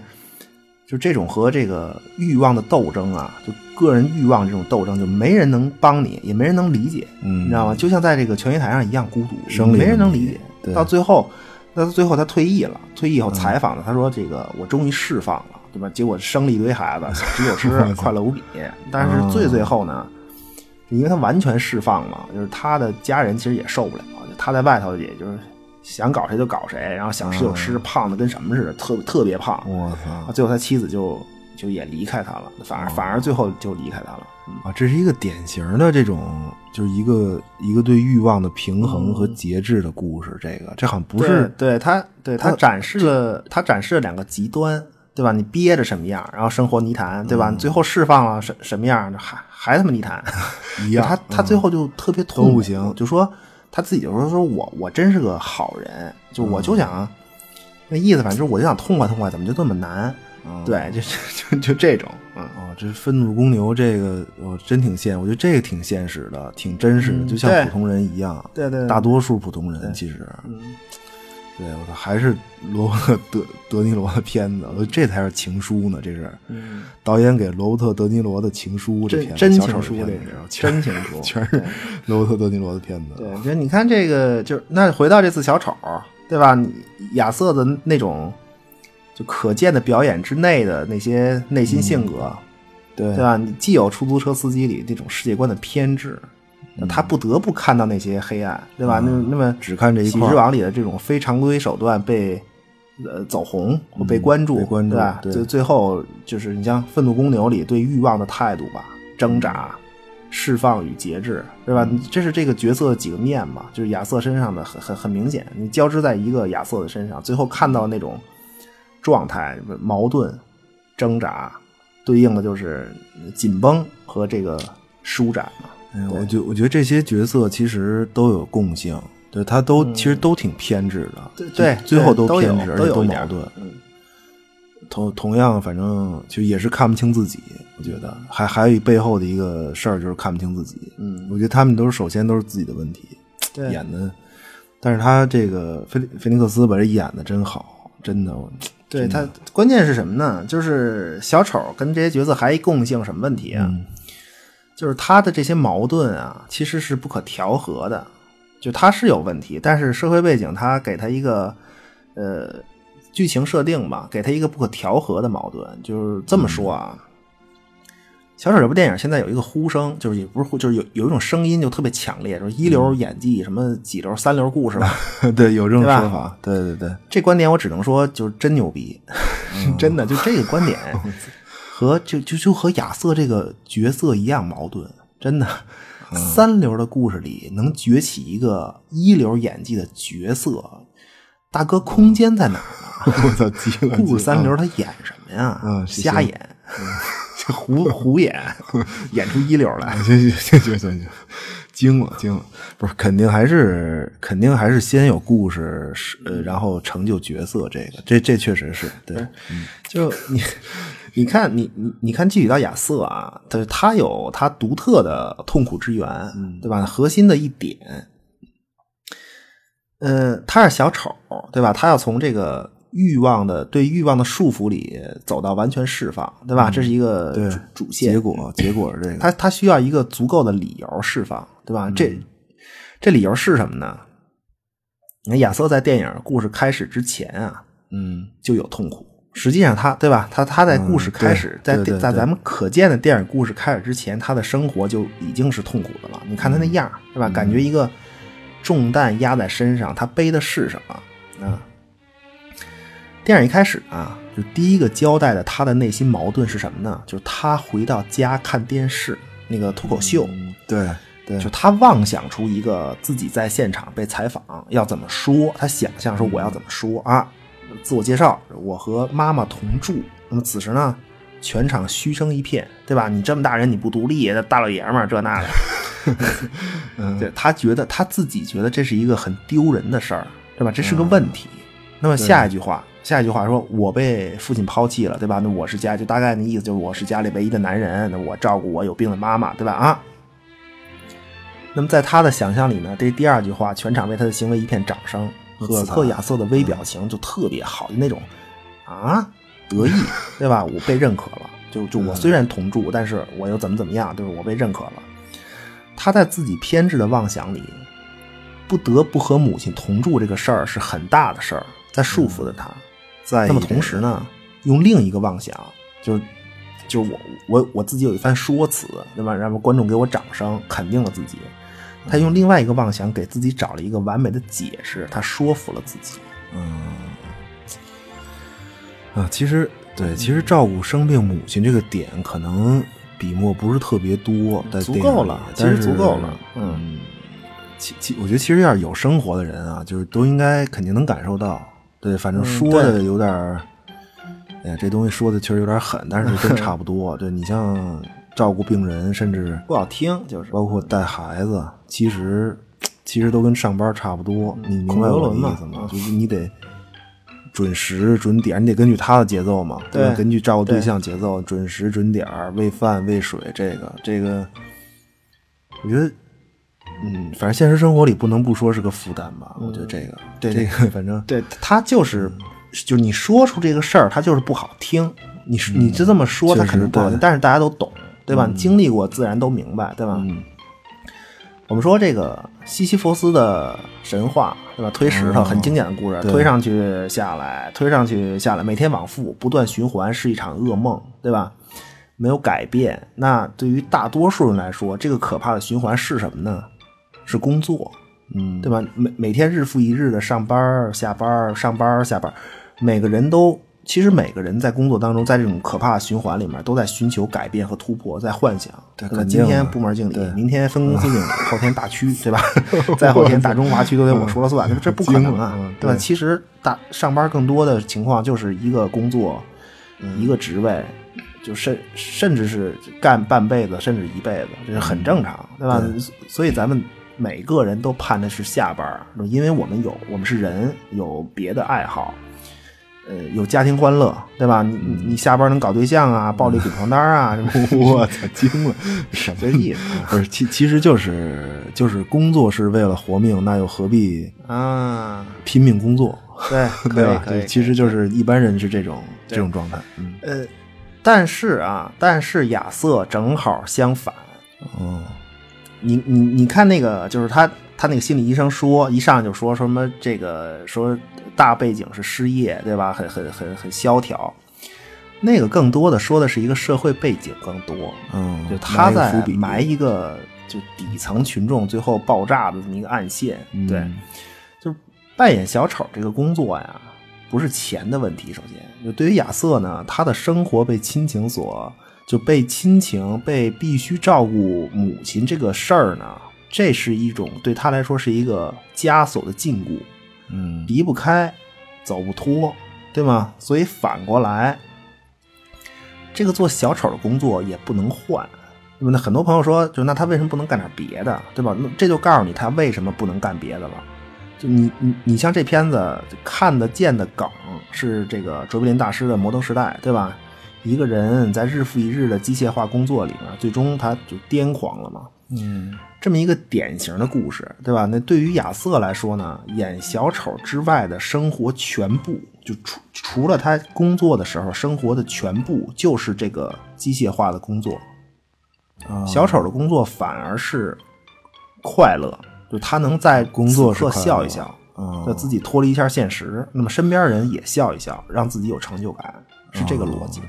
[SPEAKER 4] 就这种和这个欲望的斗争啊，就个人欲望这种斗争，就没人能帮你，也没人能理解，
[SPEAKER 2] 嗯
[SPEAKER 4] 你知道吗？就像在这个拳击台上一样孤独，
[SPEAKER 2] 生理
[SPEAKER 4] 没人能
[SPEAKER 2] 问题
[SPEAKER 4] 理解。
[SPEAKER 2] 对嗯
[SPEAKER 4] 到最后，那最后他退役了，退役以后采访他，他说：“这个我终于释放了，对吧？”结果生了一堆孩子，小时
[SPEAKER 2] *laughs*
[SPEAKER 4] 有吃，快乐无比。但是最最后呢，因为他完全释放了，就是他的家人其实也受不了，就他在外头也就是想搞谁就搞谁，然后想吃就吃，胖的跟什么似的，特特别胖。啊
[SPEAKER 2] 我操
[SPEAKER 4] 最后他妻子就就也离开他了，反而反而最后就离开他了。
[SPEAKER 2] 啊，这是一个典型的这种，就是一个一个对欲望的平衡和节制的故事。这个这好像不是
[SPEAKER 4] 嗯对对他，对他展示了他展示了两个极端，对吧？你憋着什么样，然后生活泥潭，
[SPEAKER 2] 嗯
[SPEAKER 4] 对吧？你最后释放了 *laughs* 什什么样，还还他妈泥潭
[SPEAKER 2] *laughs* 一样嗯
[SPEAKER 4] 他他最后就特别痛
[SPEAKER 2] 都
[SPEAKER 4] 苦，
[SPEAKER 2] 不行
[SPEAKER 4] 就说他自己就说说我我真是个好人，就我
[SPEAKER 2] 嗯
[SPEAKER 4] 就想、那意思，反正就是我就想痛快痛快，怎么就这么难？
[SPEAKER 2] 嗯
[SPEAKER 4] 对，就就就这种，嗯，
[SPEAKER 2] 哦，这愤怒公牛这个我真挺现，我觉得这个挺现实的，挺真实的，就像
[SPEAKER 4] 嗯对
[SPEAKER 2] 普通人一样。
[SPEAKER 4] 对对对嗯
[SPEAKER 2] 大多数普通人其实，对我操，还是罗伯特德德尼罗的片子，我觉得这才是情书呢，这是。导演给罗伯特·德尼罗的情书，嗯这
[SPEAKER 4] 嗯真
[SPEAKER 2] 片子
[SPEAKER 4] 真
[SPEAKER 2] 小丑
[SPEAKER 4] 情书
[SPEAKER 2] 片子
[SPEAKER 4] 这是
[SPEAKER 2] 全
[SPEAKER 4] 真
[SPEAKER 2] *laughs*
[SPEAKER 4] 情书
[SPEAKER 2] 全是罗伯特·德尼罗的片子。
[SPEAKER 4] 对，就你看这个，就是那回到这次小丑，对吧？你亚瑟的那种就可见的表演之内的那些内心性格，
[SPEAKER 2] 嗯对
[SPEAKER 4] 对吧？你既有出租车司机里那种世界观的偏执，他不得不看到那些黑暗，对吧？那那么
[SPEAKER 2] 嗯只看这一
[SPEAKER 4] 喜
[SPEAKER 2] 块儿
[SPEAKER 4] 剧王里的这种非常规手段被呃走红或被
[SPEAKER 2] 嗯
[SPEAKER 4] 关注，
[SPEAKER 2] 被关注
[SPEAKER 4] 对吧？
[SPEAKER 2] 对
[SPEAKER 4] 最最后就是你像《愤怒公牛》里对欲望的态度吧，挣扎、释放与节制，对吧？你这是这个角色的几个面嘛，就是亚瑟身上的很很很明显，你交织在一个亚瑟的身上，最后看到那种状态矛盾、挣扎，对应的就是紧绷和这个舒展嘛。
[SPEAKER 2] 哎我觉我觉得这些角色其实都有共性，对他都、其实都挺偏执的，
[SPEAKER 4] 嗯对
[SPEAKER 2] 就
[SPEAKER 4] 对
[SPEAKER 2] 最后
[SPEAKER 4] 对都
[SPEAKER 2] 偏
[SPEAKER 4] 有
[SPEAKER 2] 执，而
[SPEAKER 4] 都
[SPEAKER 2] 且
[SPEAKER 4] 有
[SPEAKER 2] 都
[SPEAKER 4] 一点嗯
[SPEAKER 2] 矛盾。同同样，反正就也是看不清自己。我觉得还还有一背后的一个事儿就是看不清自己。
[SPEAKER 4] 嗯
[SPEAKER 2] 我觉得他们都是首先都是自己的问题，
[SPEAKER 4] 对
[SPEAKER 2] 演的，但是他这个菲利菲尼克斯把这演的真好，真的。
[SPEAKER 4] *laughs*
[SPEAKER 2] 我
[SPEAKER 4] 对他，关键是什么呢？就是小丑跟这些角色还一共性什么问题啊？
[SPEAKER 2] 嗯
[SPEAKER 4] 就是他的这些矛盾啊，其实是不可调和的，就他是有问题，但是社会背景他给他一个呃剧情设定吧，给他一个不可调和的矛盾。就是这么说啊，
[SPEAKER 2] 嗯
[SPEAKER 4] 小丑这部电影现在有一个呼声，就是也不是呼，就是有有一种声音就特别强烈，就是
[SPEAKER 2] 嗯
[SPEAKER 4] 一流演技，什么几流、三流故
[SPEAKER 2] *laughs*
[SPEAKER 4] 事吧。
[SPEAKER 2] 对，有这种
[SPEAKER 4] 对吧
[SPEAKER 2] 说法，对对对，
[SPEAKER 4] *laughs* 这观点我只能说就是真牛逼，
[SPEAKER 2] 嗯
[SPEAKER 4] *laughs* 真的就这个观点
[SPEAKER 2] *laughs*
[SPEAKER 4] 和就就就和亚瑟这个角色一样矛盾，真的。
[SPEAKER 2] 嗯
[SPEAKER 4] *laughs* 三流的故事里能崛起一个一流演技的角色，大哥，空间在哪儿呢？
[SPEAKER 2] *laughs* 我操，急了，
[SPEAKER 4] 故事
[SPEAKER 2] 急
[SPEAKER 4] 三
[SPEAKER 2] 了
[SPEAKER 4] 流他演什么呀？
[SPEAKER 2] 嗯是
[SPEAKER 4] 瞎
[SPEAKER 2] 行
[SPEAKER 4] 演， *laughs* 胡胡演，演出一流
[SPEAKER 2] *laughs*
[SPEAKER 4] 来。
[SPEAKER 2] 行行行行行，惊了惊了，不是肯定还是肯定还是先有故事，是呃，然后成就角色，这个这这确实是对，嗯
[SPEAKER 4] 就你，你看你你你看具体到亚瑟啊，他他有他独特的痛苦之源，
[SPEAKER 2] 嗯
[SPEAKER 4] 对吧？核心的一点，呃，他是小丑，对吧？他要从这个欲望的对欲望的束缚里走到完全释放，对吧？这是一个
[SPEAKER 2] 嗯对
[SPEAKER 4] 主主线
[SPEAKER 2] 结。果结果是这个，
[SPEAKER 4] 他他需要一个足够的理由释放，对吧？这
[SPEAKER 2] 嗯
[SPEAKER 4] 这理由是什么呢？你看亚瑟在电影故事开始之前啊，
[SPEAKER 2] 嗯
[SPEAKER 4] 就有痛苦。实际上他，对吧？他他在故事开始，
[SPEAKER 2] 对
[SPEAKER 4] 在
[SPEAKER 2] 对对
[SPEAKER 4] 在
[SPEAKER 2] 对
[SPEAKER 4] 咱们可见的电影故事开始之前，他的生活就已经是痛苦的了。你看他
[SPEAKER 2] 嗯
[SPEAKER 4] 那样儿，对吧？感觉一个重担压在身上，他背的是什么
[SPEAKER 2] 嗯
[SPEAKER 4] 啊？电影一开始啊，就第一个交代的他的内心矛盾是什么呢？就是他回到家看电视那个脱口秀，
[SPEAKER 2] 嗯，对对，
[SPEAKER 4] 就他妄想出一个自己在现场被采访要怎么说，他想象说我要怎么说啊，自我介绍，我和妈妈同住。那么此时呢，全场嘘声一片，对吧？你这么大人你不独立，大老爷们儿这那的，对他觉得他自己觉得这是一个很丢人的事儿，对吧？这是个问题。那么下一句话，下一句话说我被父亲抛弃了，对吧？那我是家就大概那意思就是我是家里唯一的男人，那我照顾我有病的妈妈，对吧？啊，那么在他的想象里呢，这第二句话，全场为他的行为一片掌声。
[SPEAKER 2] 自
[SPEAKER 4] 此
[SPEAKER 2] 洽
[SPEAKER 4] 刻亚瑟的微表情就特别好，就那种啊得意，对吧？我被认可了，就就我虽然同住，但是我又怎么怎么样，就是我被认可了。他在自己偏执的妄想里，不得不和母亲同住这个事儿是很大的事儿，在束缚着他。
[SPEAKER 2] 在
[SPEAKER 4] 嗯那么同时呢，用另一个妄想，就是就是我我我自己有一番说辞，对吧？让观众给我掌声，肯定了自己。他用另外一个妄想给自己找了一个完美的解释，他说服了自己。
[SPEAKER 2] 啊，其实对，其
[SPEAKER 4] 嗯
[SPEAKER 2] 实照顾生病母亲这个点可能笔墨不是特别多，在
[SPEAKER 4] 嗯足
[SPEAKER 2] 电影
[SPEAKER 4] 够
[SPEAKER 2] 里
[SPEAKER 4] 了其
[SPEAKER 2] 但
[SPEAKER 4] 实足
[SPEAKER 2] 是
[SPEAKER 4] 够了
[SPEAKER 2] 嗯，其其我觉得其实要是有生活的人啊，就是都应该肯定能感受到。对，反正
[SPEAKER 4] 嗯
[SPEAKER 2] 说
[SPEAKER 4] 对
[SPEAKER 2] 的有点儿，哎呀，这东西说的确实有点狠，但是
[SPEAKER 4] *laughs*
[SPEAKER 2] 真差不多。对你像照顾病人，甚至
[SPEAKER 4] 不好听，就是
[SPEAKER 2] 包括带孩子，其实其实都跟上班差不多。你明
[SPEAKER 4] 孔
[SPEAKER 2] 白
[SPEAKER 4] 刘
[SPEAKER 2] 我的
[SPEAKER 4] 伦嘛嗯
[SPEAKER 2] 意思吗？就是你得准时准点，你得根据他的节奏嘛，
[SPEAKER 4] 对
[SPEAKER 2] 吧根据照顾对
[SPEAKER 4] 对
[SPEAKER 2] 象节奏，准时准点儿喂饭喂水，这个这个，我觉得。嗯，反正现实生活里不能不说是个负担吧，我觉得这个，
[SPEAKER 4] 嗯对
[SPEAKER 2] 这
[SPEAKER 4] 对
[SPEAKER 2] 个，反正嗯
[SPEAKER 4] 对他就是，就是你说出这个事儿，他就是不好听。你是你就这么说，
[SPEAKER 2] 嗯确
[SPEAKER 4] 他
[SPEAKER 2] 实
[SPEAKER 4] 肯定不好听
[SPEAKER 2] 对，嗯
[SPEAKER 4] 但是大家都懂，对吧？你经历过，自然都明白，对吧？我们说这个西西弗斯的神话，对吧？推石头
[SPEAKER 2] 哦
[SPEAKER 4] 很经典的故事，
[SPEAKER 2] 对
[SPEAKER 4] 推上去下来，推上去下来，每天往复，不断循环，是一场噩梦，对吧？没有改变。那对于大多数人来说，这个可怕的循环是什么呢？是工作，
[SPEAKER 2] 嗯，
[SPEAKER 4] 对吧？每每天日复一日的上班儿、下班儿、上班儿、下班儿，每个人都其实每个人在工作当中，在这种可怕的循环里面，都在寻求改变和突破，在幻想。
[SPEAKER 2] 对
[SPEAKER 4] 吧？
[SPEAKER 2] 肯定
[SPEAKER 4] 今
[SPEAKER 2] 的
[SPEAKER 4] 天部门经理
[SPEAKER 2] 对，
[SPEAKER 4] 明天分公司
[SPEAKER 2] *laughs*
[SPEAKER 4] 经理，后天大区，对吧？ *laughs* 再后天大中华区都得我说了算，这不可能啊
[SPEAKER 2] 惊了嗯，
[SPEAKER 4] 对吧？
[SPEAKER 2] 对
[SPEAKER 4] 其实大上班更多的情况就是一个工作，
[SPEAKER 2] 嗯
[SPEAKER 4] 一个职位。就甚甚至是干半辈子，甚至一辈子，这是很正常，对吧？所所以咱们每个人都盼的是下班儿，因为我们有我们是人，有别的爱好，呃，有家庭欢乐，对吧？你
[SPEAKER 2] 嗯
[SPEAKER 4] 你你下班能搞对象啊，抱着一滚床单儿啊，什么
[SPEAKER 2] 我操，惊
[SPEAKER 4] *laughs*
[SPEAKER 2] 了，什
[SPEAKER 4] 这意思
[SPEAKER 2] 不是，其其实就是就是工作是为了活命，那又何必
[SPEAKER 4] 啊？
[SPEAKER 2] 拼命工作， *laughs*
[SPEAKER 4] 对，
[SPEAKER 2] 对
[SPEAKER 4] 可以
[SPEAKER 2] 吧？
[SPEAKER 4] 可
[SPEAKER 2] 就
[SPEAKER 4] 以，
[SPEAKER 2] 其实就是一般人是这种这种状态，嗯，
[SPEAKER 4] 呃，但是啊，但是亚瑟正好相反，
[SPEAKER 2] 哦，
[SPEAKER 4] 你你你看那个，就是他他那个心理医生说，一上来就说说什么这个说大背景是失业，对吧？很很很很萧条。那个更多的说的是一个社会背景更多，
[SPEAKER 2] 嗯，
[SPEAKER 4] 就
[SPEAKER 2] 埋
[SPEAKER 4] 他
[SPEAKER 2] 一个
[SPEAKER 4] 在
[SPEAKER 2] 伏笔
[SPEAKER 4] 埋一个就底层群众最后爆炸的这么一个暗线。
[SPEAKER 2] 嗯
[SPEAKER 4] 对，就是扮演小丑这个工作呀，不是钱的问题。首先，就对于亚瑟呢，他的生活被亲情所就被亲情被必须照顾母亲这个事儿呢，这是一种对他来说是一个枷锁的禁锢。
[SPEAKER 2] 嗯，
[SPEAKER 4] 离不开，走不脱，对吗？所以反过来，这个做小丑的工作也不能换。那么那很多朋友说，就那他为什么不能干点别的，对吧？那这就告诉你他为什么不能干别的了。就你你你像这片子看得见的梗是这个卓别林大师的《摩登时代》，对吧？一个人在日复一日的机械化工作里面，最终他就癫狂了嘛。
[SPEAKER 2] 嗯，
[SPEAKER 4] 这么一个典型的故事，对吧？那对于亚瑟来说呢，演小丑之外的生活全部，就除除了他工作的时候，生活的全部就是这个机械化的工作。
[SPEAKER 2] 啊
[SPEAKER 4] 小丑的工作反而是快乐，就他能在工
[SPEAKER 2] 作是
[SPEAKER 4] 刻
[SPEAKER 2] 快乐
[SPEAKER 4] 笑一笑，
[SPEAKER 2] 啊
[SPEAKER 4] 就自己脱离一下现实，那么身边人也笑一笑，让自己有成就感，是这个逻辑。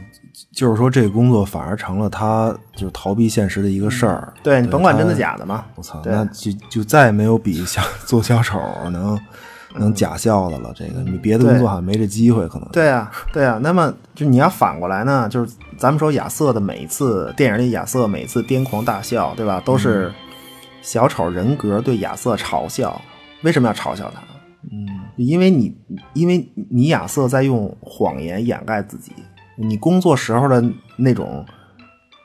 [SPEAKER 2] 就是说这个工作反而成了他就是逃避现实的一个事儿，
[SPEAKER 4] 嗯对你甭管真的
[SPEAKER 2] 他
[SPEAKER 4] 假的嘛，
[SPEAKER 2] 我操，
[SPEAKER 4] 对啊
[SPEAKER 2] 那就就再也没有比小 *laughs* 做小丑能
[SPEAKER 4] 嗯
[SPEAKER 2] 能假笑的了。这个你别的
[SPEAKER 4] 对
[SPEAKER 2] 工作好像没这机会，可能
[SPEAKER 4] 对啊，对啊。那么就你要反过来呢，就是咱们说亚瑟的每一次电影里亚瑟每一次癫狂大笑，对吧？都
[SPEAKER 2] 嗯
[SPEAKER 4] 是小丑人格对亚瑟嘲笑。为什么要嘲笑他？嗯，因为你因为你亚瑟在用谎言掩盖自己，你工作时候的那种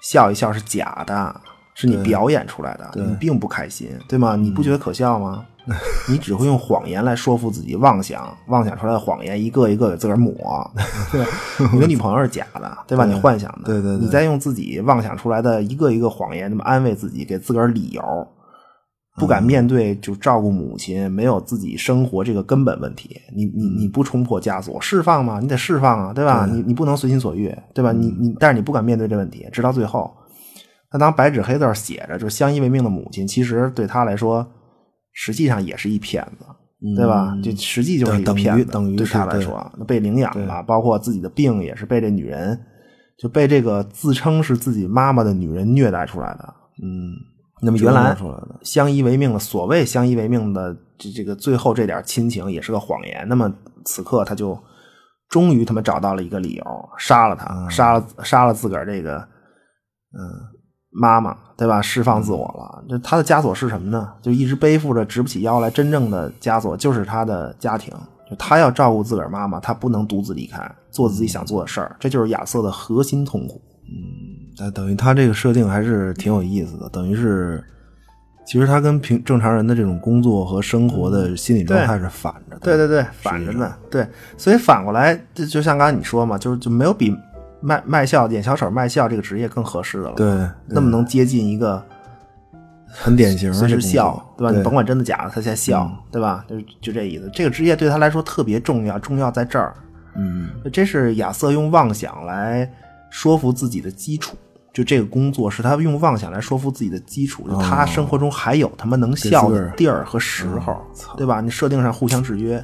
[SPEAKER 4] 笑一笑是假的。是你
[SPEAKER 2] 对
[SPEAKER 4] 表演出来的，
[SPEAKER 2] 对嗯
[SPEAKER 4] 你并不开心，对吗？你不觉得可笑吗？ *laughs* 你只会用谎言来说服自己，妄想妄想出来的谎言，一个一个给自个儿抹。你的女朋友是假的，对吧？
[SPEAKER 2] 对
[SPEAKER 4] 你幻想的，
[SPEAKER 2] 对对对
[SPEAKER 4] 你再用自己妄想出来的一个一个谎言，那么安慰自己，给自个儿理由，
[SPEAKER 2] 嗯
[SPEAKER 4] 不敢面对就照顾母亲，没有自己生活这个根本问题。你你
[SPEAKER 2] 嗯
[SPEAKER 4] 你不冲破枷锁，释放吗？你得释放啊，对吧？你你不能随心所欲，对吧？
[SPEAKER 2] 嗯
[SPEAKER 4] 你你但是你不敢面对这问题，直到最后。那当白纸黑字儿写着就是相依为命的母亲，其实对他来说，实际上也是一骗子，对吧？就实际就是一个
[SPEAKER 2] 嗯等于
[SPEAKER 4] 骗子，
[SPEAKER 2] 等于
[SPEAKER 4] 对
[SPEAKER 2] 是
[SPEAKER 4] 他来
[SPEAKER 2] 对
[SPEAKER 4] 说啊，被领养了，包括自己的病也是被这女人，就被这个自称是自己妈妈的女人虐待出来的。
[SPEAKER 2] 嗯，
[SPEAKER 4] 那么
[SPEAKER 2] 折磨
[SPEAKER 4] 原来
[SPEAKER 2] 出来的
[SPEAKER 4] 相依为命的所谓相依为命的这这个最后这点亲情也是个谎言。那么此刻他就终于他妈找到了一个理由，杀了他，杀了杀了自个儿这个嗯妈妈，对吧？释放自我了。就他的枷锁是什么呢？就一直背负着直不起腰来，真正的枷锁就是他的家庭。就他要照顾自个儿妈妈，他不能独自离开，做自己想做的事儿，这就是亚瑟的核心痛苦。
[SPEAKER 2] 但等于他这个设定还是挺有意思的，等于是其实他跟平正常人的这种工作和生活的心理状态是反着的。
[SPEAKER 4] 嗯对对对，反着呢，对，所以反过来，就就像刚才你说嘛，就是就没有比卖卖笑、演小丑卖笑这个职业更合适的了，，
[SPEAKER 2] 对，
[SPEAKER 4] 那么能接近一个
[SPEAKER 2] 很典型，
[SPEAKER 4] 随
[SPEAKER 2] 这工
[SPEAKER 4] 时
[SPEAKER 2] 作
[SPEAKER 4] 笑，对吧？
[SPEAKER 2] 对嗯
[SPEAKER 4] 你甭管真的假的，他先笑，对吧？就就这意思。这个职业对他来说特别重要，重要在这儿，
[SPEAKER 2] 嗯，
[SPEAKER 4] 这是亚瑟用妄想来说服自己的基础。就这个工作是他用妄想来说服自己的基础，就他生活中还有他妈能笑
[SPEAKER 2] 给自
[SPEAKER 4] 的
[SPEAKER 2] 个哦儿哦
[SPEAKER 4] 地儿和时候，对吧？你设定上互相制约，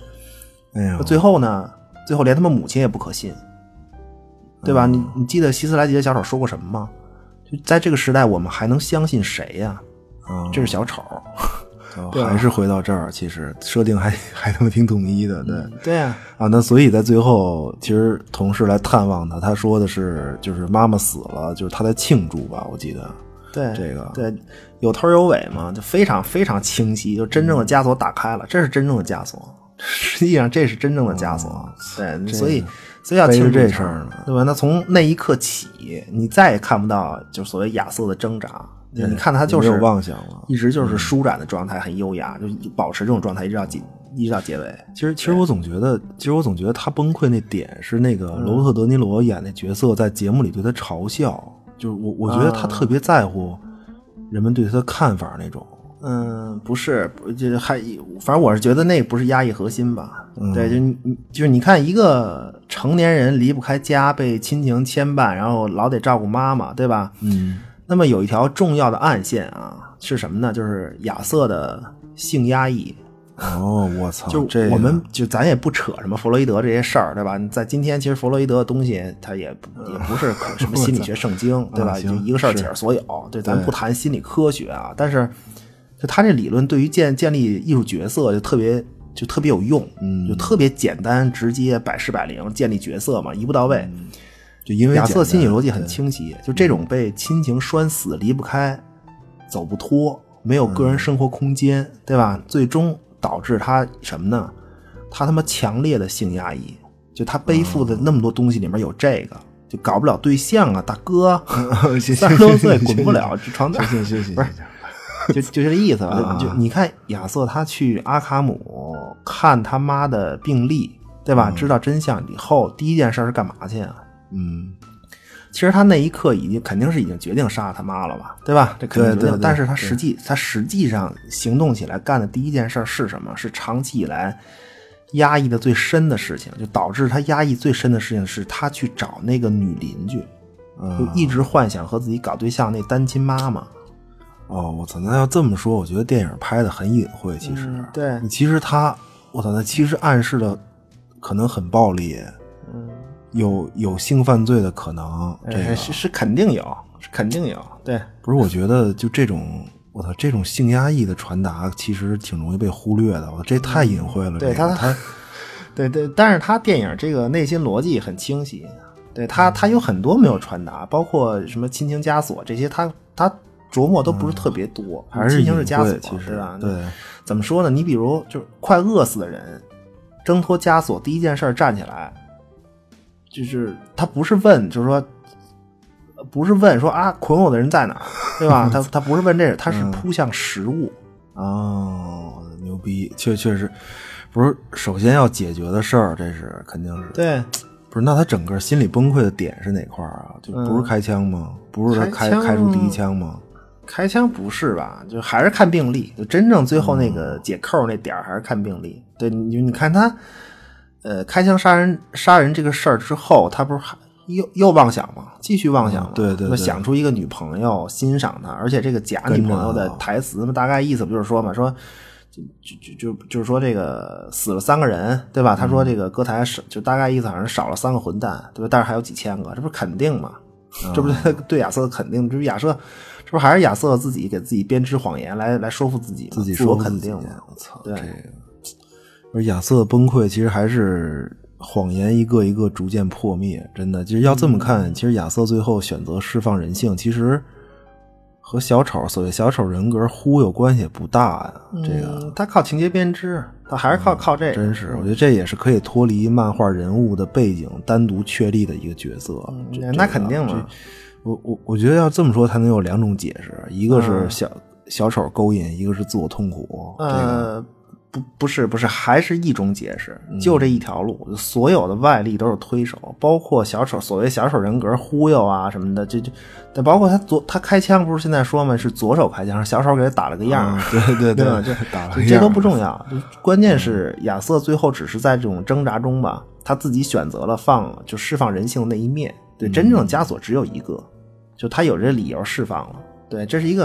[SPEAKER 2] 哎呀，
[SPEAKER 4] 最后呢，最后连他们母亲也不可信，对
[SPEAKER 2] 哦
[SPEAKER 4] 吧？你你记得希斯莱杰小丑说过什么吗？就在这个时代，我们还能相信谁呀、
[SPEAKER 2] 啊
[SPEAKER 4] 这是小丑，
[SPEAKER 2] 哦
[SPEAKER 4] 对吧
[SPEAKER 2] 还是回到这儿，其实设定还 *laughs* 还他妈挺统一的，对
[SPEAKER 4] 对呀、
[SPEAKER 2] 啊，那所以在最后，其实同事来探望他，他说的是就是妈妈死了，就是他在庆祝吧，我记得，
[SPEAKER 4] 对
[SPEAKER 2] 这个
[SPEAKER 4] 对有头有尾嘛，就非常非常清晰，就真正
[SPEAKER 2] 嗯
[SPEAKER 4] 的枷锁打开了，这是真正的枷锁。 *laughs* 实际上，这是真正的枷锁。
[SPEAKER 2] 哦
[SPEAKER 4] 对，所以所以要
[SPEAKER 2] 背着
[SPEAKER 4] 清楚
[SPEAKER 2] 这
[SPEAKER 4] 一下
[SPEAKER 2] 事儿呢
[SPEAKER 4] 对吧？那从那一刻起，你再也看不到就所谓亚瑟的挣扎。就你看他就
[SPEAKER 2] 也
[SPEAKER 4] 是
[SPEAKER 2] 没有妄想了。嗯
[SPEAKER 4] 一直就是舒展的状态，很优雅，就保持这种状态一直到结一直到结尾。
[SPEAKER 2] 其实，其实我总觉得，其实我总觉得他崩溃那点是那个罗伯特·德尼罗演那角色在节目里对他嘲笑，就是我我觉得他
[SPEAKER 4] 啊
[SPEAKER 2] 特别在乎人们对他的看法那种。
[SPEAKER 4] 嗯，不是，不就是还反正我是觉得那不是压抑核心吧？对，就你你就是你看一个成年人离不开家，被亲情牵绊，然后老得照顾妈妈，对吧？
[SPEAKER 2] 嗯，
[SPEAKER 4] 那么有一条重要的暗线啊，是什么呢？就是亚瑟的性压抑。
[SPEAKER 2] 哦， *laughs* 我操，
[SPEAKER 4] 就
[SPEAKER 2] 这个
[SPEAKER 4] 我们就咱也不扯什么弗洛伊德这些事儿，对吧？你在今天，其实弗洛伊德的东西，它也不也不是可什么心理学
[SPEAKER 2] *laughs*
[SPEAKER 4] 圣经，对吧？
[SPEAKER 2] 呃啊
[SPEAKER 4] 就
[SPEAKER 2] 行
[SPEAKER 4] 一个事儿
[SPEAKER 2] 是
[SPEAKER 4] 解释所有。对，咱
[SPEAKER 2] 对
[SPEAKER 4] 不谈心理科学啊，但是就他这理论对于建建立艺术角色就特别就特别有用，嗯，就特别简单直接，百试百灵建立角色嘛，一步到位。
[SPEAKER 2] 嗯就因为
[SPEAKER 4] 亚瑟
[SPEAKER 2] 简
[SPEAKER 4] 心
[SPEAKER 2] 单
[SPEAKER 4] 理逻辑很清晰，就这种被亲情拴死、离不开、走不脱、没有
[SPEAKER 2] 嗯
[SPEAKER 4] 个人生活空间，对吧？最终导致他什么呢？他他妈强烈的性压抑，就他背负
[SPEAKER 2] 嗯
[SPEAKER 4] 的那么多东西里面有这个，就搞不了对象啊，大哥，
[SPEAKER 2] *laughs* 谢谢
[SPEAKER 4] 三十多岁滚不了床单，
[SPEAKER 2] 行行行
[SPEAKER 4] 不是
[SPEAKER 2] 行行
[SPEAKER 4] 就就这意思
[SPEAKER 2] *laughs*
[SPEAKER 4] 吧
[SPEAKER 2] 啊。
[SPEAKER 4] 就就你看亚瑟他去阿卡姆看他妈的病历，对吧？知道真相以后，第一件事是干嘛去啊？
[SPEAKER 2] 嗯，
[SPEAKER 4] 其实他那一刻已经肯定是已经决定杀了他妈了吧，对吧？这肯定决定
[SPEAKER 2] 对对对
[SPEAKER 4] 但是他实际他实际上行动起来干的第一件事儿是什么？是长期以来压抑的最深的事情，就导致他压抑最深的事情是他去找那个女邻居，就一直幻想和自己搞对象那单亲妈妈。
[SPEAKER 2] 哦，我操，那要这么说，我觉得电影拍的很隐晦，其实，
[SPEAKER 4] 对
[SPEAKER 2] 你其实他，我操，那其实暗示的可能很暴力，嗯有有性犯罪的可能，这个
[SPEAKER 4] 哎是是肯定有，是肯定有，对。
[SPEAKER 2] 不是，我觉得就这种，我操，这种性压抑的传达其实挺容易被忽略的，我这太隐晦了。
[SPEAKER 4] 嗯对
[SPEAKER 2] 这个
[SPEAKER 4] 他
[SPEAKER 2] 哎他，
[SPEAKER 4] *laughs* 对对，但是他电影这个内心逻辑很清晰，啊对他
[SPEAKER 2] 嗯
[SPEAKER 4] 他有很多没有传达，包括什么亲情枷锁这些，他他琢磨都不是特别多，
[SPEAKER 2] 嗯还是
[SPEAKER 4] 亲情
[SPEAKER 2] 隐
[SPEAKER 4] 是枷
[SPEAKER 2] 晦
[SPEAKER 4] 锁，
[SPEAKER 2] 其实
[SPEAKER 4] 对吧？
[SPEAKER 2] 对，
[SPEAKER 4] 怎么说呢？你比如就是快饿死的人，挣脱枷锁第一件事儿站起来，就是他不是问，就是说。不是问说啊，捆我的人在哪儿，对
[SPEAKER 2] *laughs*
[SPEAKER 4] 吧？他他不是问这个，他是
[SPEAKER 2] 嗯
[SPEAKER 4] 扑向食物，
[SPEAKER 2] 哦，牛逼，确确实，不是，首先要解决的事儿，这是肯定是。
[SPEAKER 4] 对，
[SPEAKER 2] 不是，那他整个心理崩溃的点是哪块儿啊？就不是开枪吗？不是他开
[SPEAKER 4] 嗯开枪
[SPEAKER 2] 开出第一枪吗？
[SPEAKER 4] 开枪不是吧？就还是看病历，就真正最后那个解扣那点儿还是看病历。对，你你看他，呃，开枪杀人杀人这个事儿之后，他不是还又又妄想吗？继续妄想吗？
[SPEAKER 2] 嗯对对
[SPEAKER 4] 那么
[SPEAKER 2] 对
[SPEAKER 4] 想出一个女朋友欣赏他，而且这个假女朋友的
[SPEAKER 2] 啊
[SPEAKER 4] 台词嘛，大概意思不就是说嘛，说。就就就就就是说这个死了三个人，对吧？他
[SPEAKER 2] 嗯
[SPEAKER 4] 说这个歌台少，就大概意思好像是少了三个混蛋，对吧？但是还有几千个，这不是肯定吗？
[SPEAKER 2] 嗯
[SPEAKER 4] *laughs* 这不是对亚瑟的肯定，这不是亚瑟，这不还是亚瑟自己给自己编织谎言来来说服自己吗，
[SPEAKER 2] 自己
[SPEAKER 4] 我
[SPEAKER 2] 说服
[SPEAKER 4] 肯
[SPEAKER 2] 自己
[SPEAKER 4] 定嘛。
[SPEAKER 2] 我操，这
[SPEAKER 4] 对
[SPEAKER 2] 个。而亚瑟的崩溃其实还是谎言一个一个逐渐破灭，真的。其实要这么
[SPEAKER 4] 嗯
[SPEAKER 2] 看，其实亚瑟最后选择释放人性，其实和小丑所谓小丑人格忽悠关系也不大呀、这个
[SPEAKER 4] 嗯他靠情节编织，他还是靠靠这个。
[SPEAKER 2] 真是，我觉得这也是可以脱离漫画人物的背景单独确立的一个角色。这
[SPEAKER 4] 嗯那肯定嘛嗯
[SPEAKER 2] 这我我我觉得要这么说才能有两种解释，一个是小、小丑勾引，一个是自我痛苦，这个
[SPEAKER 4] 呃，不不是不是，还是一种解释，
[SPEAKER 2] 嗯
[SPEAKER 4] 就这一条路，所有的外力都是推手，包括小丑所谓小丑人格忽悠啊什么的，这就，但包括他左他开枪不是现在说嘛，是左手开枪，小手给他打了个样儿。
[SPEAKER 2] 啊对对
[SPEAKER 4] *laughs* 对吧？这
[SPEAKER 2] *laughs* 打了
[SPEAKER 4] 这
[SPEAKER 2] 个
[SPEAKER 4] 这
[SPEAKER 2] 样
[SPEAKER 4] 都
[SPEAKER 2] 儿
[SPEAKER 4] 不重要，关键是亚瑟最后只是在这种挣扎中吧，他自己选择了放就释放人性的那一面。对，真正的枷锁只有一个，就他有这理由释放了。对，这是一个，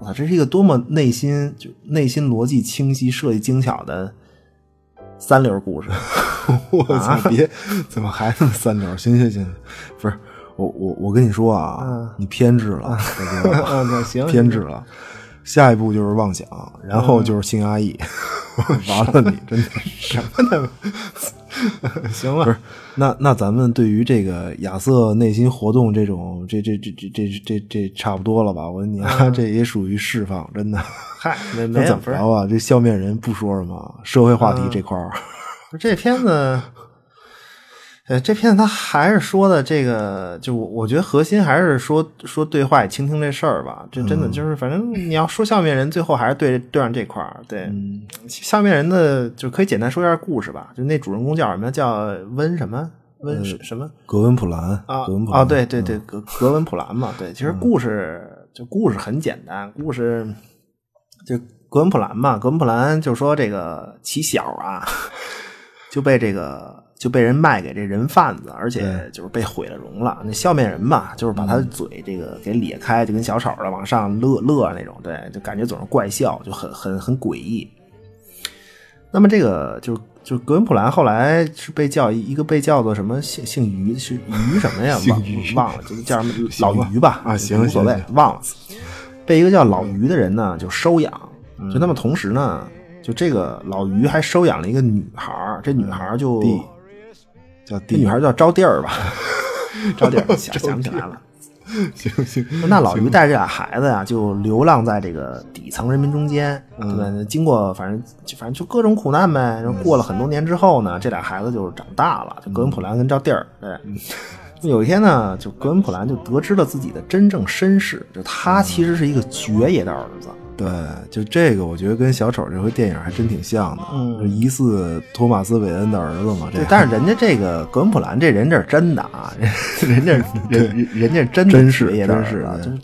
[SPEAKER 4] 我操，这是一个多么内心就内心逻辑清晰、设计精巧的三流故事。
[SPEAKER 2] 我
[SPEAKER 4] 啊
[SPEAKER 2] 操！别，怎么还那么三流？行行行，不是我我我跟你说啊
[SPEAKER 4] 嗯，
[SPEAKER 2] 你偏执了，大哥
[SPEAKER 4] *laughs* 嗯那行
[SPEAKER 2] *laughs*
[SPEAKER 4] 嗯
[SPEAKER 2] 偏执了。下一步就是妄想，然后就是性压抑， *laughs* 完了你真的什么的
[SPEAKER 4] *laughs* 行
[SPEAKER 2] 不
[SPEAKER 4] 吧
[SPEAKER 2] 是？那那咱们对于这个亚瑟内心活动这种，这这这这这这这差不多了吧？我你啊， *laughs* 这也属于释放，真的。
[SPEAKER 4] 嗯嗨，
[SPEAKER 2] *laughs*
[SPEAKER 4] 没
[SPEAKER 2] 那
[SPEAKER 4] 没有
[SPEAKER 2] 怎么
[SPEAKER 4] 不是
[SPEAKER 2] 着啊？这笑面人不说什么社会话题这块儿，
[SPEAKER 4] 这片子，呃，这片子他还是说的这个，就我我觉得核心还是说说对话也倾听这事儿吧。这
[SPEAKER 2] 嗯
[SPEAKER 4] 真的就是，反正你要说笑面人，最后还是对对上这块儿。对，
[SPEAKER 2] 嗯
[SPEAKER 4] 笑面人的就可以简单说一下故事吧。就那主人公叫什么？叫温什么？温什什么？
[SPEAKER 2] *laughs* 格温普兰
[SPEAKER 4] 啊
[SPEAKER 2] 呃格温普兰嗯
[SPEAKER 4] 啊，对对对，格格温普兰嘛，对，其实故事、就故事很简单，故事就格温普兰嘛，格温普兰就说这个起小啊，就被这个就被人卖给这人贩子，而且就是被毁了容了。那笑面人嘛，就是把
[SPEAKER 2] 嗯
[SPEAKER 4] 他的嘴这个给裂开，就跟小丑的往上乐乐啊那种，对，就感觉总是怪笑，就很很很诡异。那么这个就就格温普兰后来是被叫一个被叫做什么姓姓于是于什么
[SPEAKER 2] *laughs*
[SPEAKER 4] 呀？
[SPEAKER 2] 姓
[SPEAKER 4] 忘
[SPEAKER 2] 于
[SPEAKER 4] 忘了，就是叫什么
[SPEAKER 2] *laughs* 行
[SPEAKER 4] 老
[SPEAKER 2] 吧
[SPEAKER 4] 于吧？
[SPEAKER 2] 啊行
[SPEAKER 4] 无所谓
[SPEAKER 2] 行，
[SPEAKER 4] 忘了。被一个叫老于的人呢就收养，就那么同时呢，就这个老于还收养了一个女孩儿，这女孩儿就
[SPEAKER 2] 弟叫
[SPEAKER 4] 这
[SPEAKER 2] 弟
[SPEAKER 4] 女 *laughs* 孩儿叫招娣儿吧，招娣儿想想起来了。
[SPEAKER 2] 行行，
[SPEAKER 4] 那老于带着这俩孩子呀、就流浪在这个底层人民中间，对吧？经过反正就反正就各种苦难呗。然后过了很多年之后呢，这俩孩子就长大了，就格温普兰跟赵蒂儿。对，有一天呢，就格温普兰就得知了自己的真正身世，就他其实是一个爵爷的儿子。
[SPEAKER 2] 对，就这个，我觉得跟小丑这回电影还真挺像的，
[SPEAKER 4] 嗯
[SPEAKER 2] 就疑似托马斯韦恩的儿子嘛，这
[SPEAKER 4] 对，但是人家这个格温普兰这人这是真的
[SPEAKER 2] *laughs*
[SPEAKER 4] 啊，人家人人家真的
[SPEAKER 2] 真是
[SPEAKER 4] 爵爷的
[SPEAKER 2] 真
[SPEAKER 4] 儿
[SPEAKER 2] 是
[SPEAKER 4] 子啊，
[SPEAKER 2] 对
[SPEAKER 4] 就是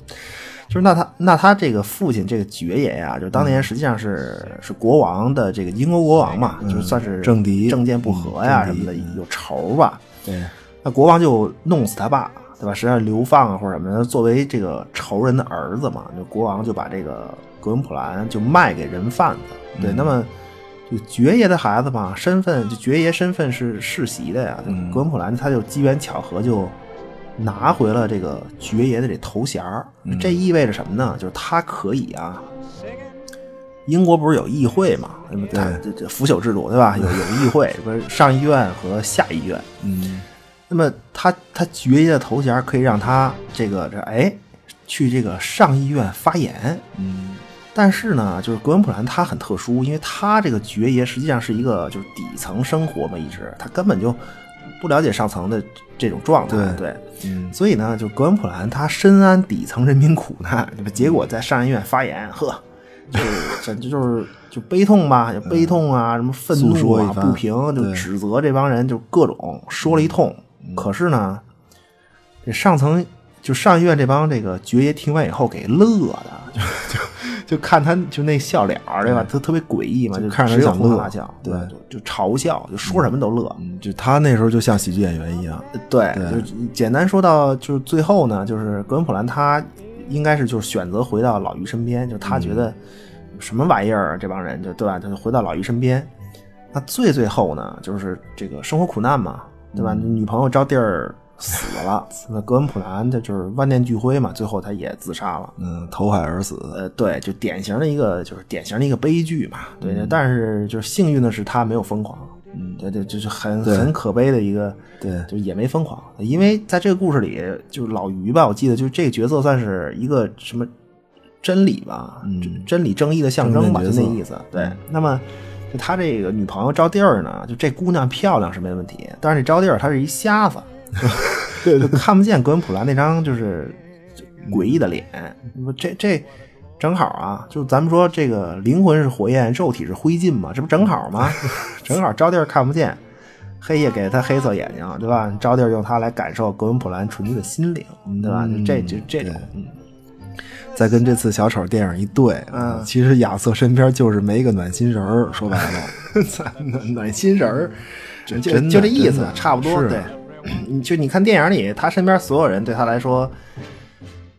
[SPEAKER 4] 就是那他那他这个父亲这个爵爷呀、就是
[SPEAKER 2] 嗯
[SPEAKER 4] 当年实际上是是国王的这个英国国王嘛，就算是
[SPEAKER 2] 政敌
[SPEAKER 4] 政见不合呀、
[SPEAKER 2] 嗯
[SPEAKER 4] 什
[SPEAKER 2] 政敌
[SPEAKER 4] 么的有仇吧，
[SPEAKER 2] 对
[SPEAKER 4] 那国王就弄死他爸，对吧？实际上流放啊或者什么的，作为这个仇人的儿子嘛，就国王就把这个格温普兰就卖给人贩子。
[SPEAKER 2] 嗯
[SPEAKER 4] 对，那么就爵爷的孩子嘛，身份就爵爷身份是世袭的呀。
[SPEAKER 2] 嗯
[SPEAKER 4] 格温普兰他就机缘巧合就拿回了这个爵爷的这头衔儿
[SPEAKER 2] 嗯
[SPEAKER 4] 这意味着什么呢？就是他可以啊。英国不是有议会嘛？那么他这这腐朽制度对吧？有有议会，不是上议院和下议院。
[SPEAKER 2] 嗯，
[SPEAKER 4] 那么他他爵爷的头衔可以让他这个这哎去这个上议院发言，
[SPEAKER 2] 嗯
[SPEAKER 4] 但是呢，就是格温普兰他很特殊，因为他这个爵爷实际上是一个就是底层生活嘛，一直他根本就不了解上层的这种状态，
[SPEAKER 2] 对
[SPEAKER 4] 对
[SPEAKER 2] 嗯，
[SPEAKER 4] 所以呢，就格温普兰他深谙底层人民苦难，对吧结果在上议院发言，
[SPEAKER 2] *laughs*
[SPEAKER 4] 呵，就是这这就是就悲痛吧，就悲痛啊，什么
[SPEAKER 2] 嗯
[SPEAKER 4] 愤
[SPEAKER 2] 诉
[SPEAKER 4] 怒
[SPEAKER 2] 说一
[SPEAKER 4] 啊、
[SPEAKER 2] 番
[SPEAKER 4] 不平，就
[SPEAKER 2] 对嗯
[SPEAKER 4] 指责这帮人，就各种说了一通。可是呢，这上层就上议院这帮这个爵爷听完以后给乐的，就就就看他就那笑脸儿，对吧？特特别诡异嘛，
[SPEAKER 2] 嗯就
[SPEAKER 4] 就
[SPEAKER 2] 看着
[SPEAKER 4] 只有
[SPEAKER 2] 想乐
[SPEAKER 4] 哈哈笑，
[SPEAKER 2] 对
[SPEAKER 4] 就，就嘲笑，就说什么都乐。
[SPEAKER 2] 嗯就他那时候就像喜剧演员一样，
[SPEAKER 4] 对，
[SPEAKER 2] 对
[SPEAKER 4] 就简单说到，就是最后呢，就是格温普兰他应该是就是选择回到老于身边，就他觉得什么玩意儿啊，这帮人就对吧，就是回到老于身边。那最最后呢，就是这个生活苦难嘛，对吧？女朋友招娣儿死了，那格温普兰这就是万念俱灰嘛，最后他也自杀了。
[SPEAKER 2] 嗯，投海而死，
[SPEAKER 4] 呃，对，就典型的一个就是典型的一个悲剧嘛，对。但是就是幸运的是他没有疯狂，
[SPEAKER 2] 嗯
[SPEAKER 4] 对对，就是很
[SPEAKER 2] 对
[SPEAKER 4] 很可悲的一个，
[SPEAKER 2] 对
[SPEAKER 4] 就也没疯狂，因为在这个故事里，就是老于吧，我记得就是这个角色算是一个什么真理吧，
[SPEAKER 2] 嗯
[SPEAKER 4] 就真理正义的象征吧，
[SPEAKER 2] 正面角
[SPEAKER 4] 就
[SPEAKER 2] 色嗯
[SPEAKER 4] 那意思。对，那么就他这个女朋友招娣儿呢，就这姑娘漂亮是没问题，但是这招娣儿她是一瞎
[SPEAKER 2] *laughs*
[SPEAKER 4] 子，就看不见格温普兰那张就是诡异的脸，这这正好啊，就咱们说这个灵魂是火焰，肉体是灰烬嘛，这不正好吗？ *laughs* 正好招弟儿看不见，黑夜给他黑色眼睛，对吧？招弟儿用它来感受格温普兰纯净的心灵，对吧？就这就这种，嗯。再跟这次小丑电影一对，啊，其实亚瑟身边就是没个暖心人儿，说白了，暖暖心人儿，就就
[SPEAKER 2] 真的
[SPEAKER 4] 就这意
[SPEAKER 2] 真
[SPEAKER 4] 思
[SPEAKER 2] 的，
[SPEAKER 4] 差不多。
[SPEAKER 2] 是
[SPEAKER 4] 对，你就你看电影里，他身边所有人对他来说，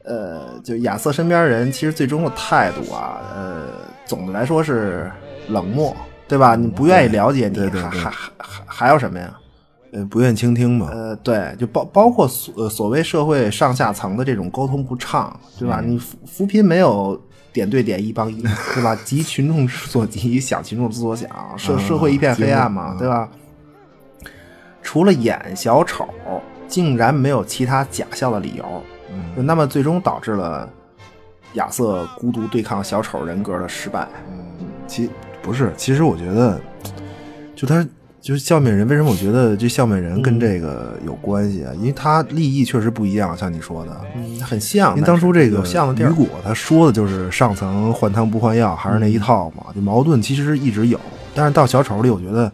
[SPEAKER 4] 呃，就亚瑟身边人，其实最终的态度啊，呃，总的来说是冷漠，对吧？你不愿意了解你，
[SPEAKER 2] 对对
[SPEAKER 4] 还
[SPEAKER 2] 对
[SPEAKER 4] 还还还有什么呀？
[SPEAKER 2] 呃，不愿倾听嘛，
[SPEAKER 4] 呃，对，就包包括所呃所谓社会上下层的这种沟通不畅，对
[SPEAKER 2] 嗯
[SPEAKER 4] 吧？你扶扶贫没有点对点一帮一，对吧？急群众之所急，想群众之所想，
[SPEAKER 2] 嗯
[SPEAKER 4] 社社会一片黑暗嘛，对吧？除了演小丑，竟然没有其他假笑的理由，
[SPEAKER 2] 嗯
[SPEAKER 4] 就那么最终导致了亚瑟孤独对抗小丑人格的失败。
[SPEAKER 2] 其不是，其实我觉得，就他就是笑面人，为什么我觉得这笑面人
[SPEAKER 4] 嗯
[SPEAKER 2] 跟这个有关系啊？因为他立意确实不一样，像你说的，
[SPEAKER 4] 嗯，很像，
[SPEAKER 2] 因为当初
[SPEAKER 4] 但是
[SPEAKER 2] 这个
[SPEAKER 4] 有像的地
[SPEAKER 2] 雨
[SPEAKER 4] 儿，
[SPEAKER 2] 果他说的就是上层换汤不换药，还
[SPEAKER 4] 嗯
[SPEAKER 2] 是那一套嘛，就矛盾其实一直有，但是到小丑里，我觉得，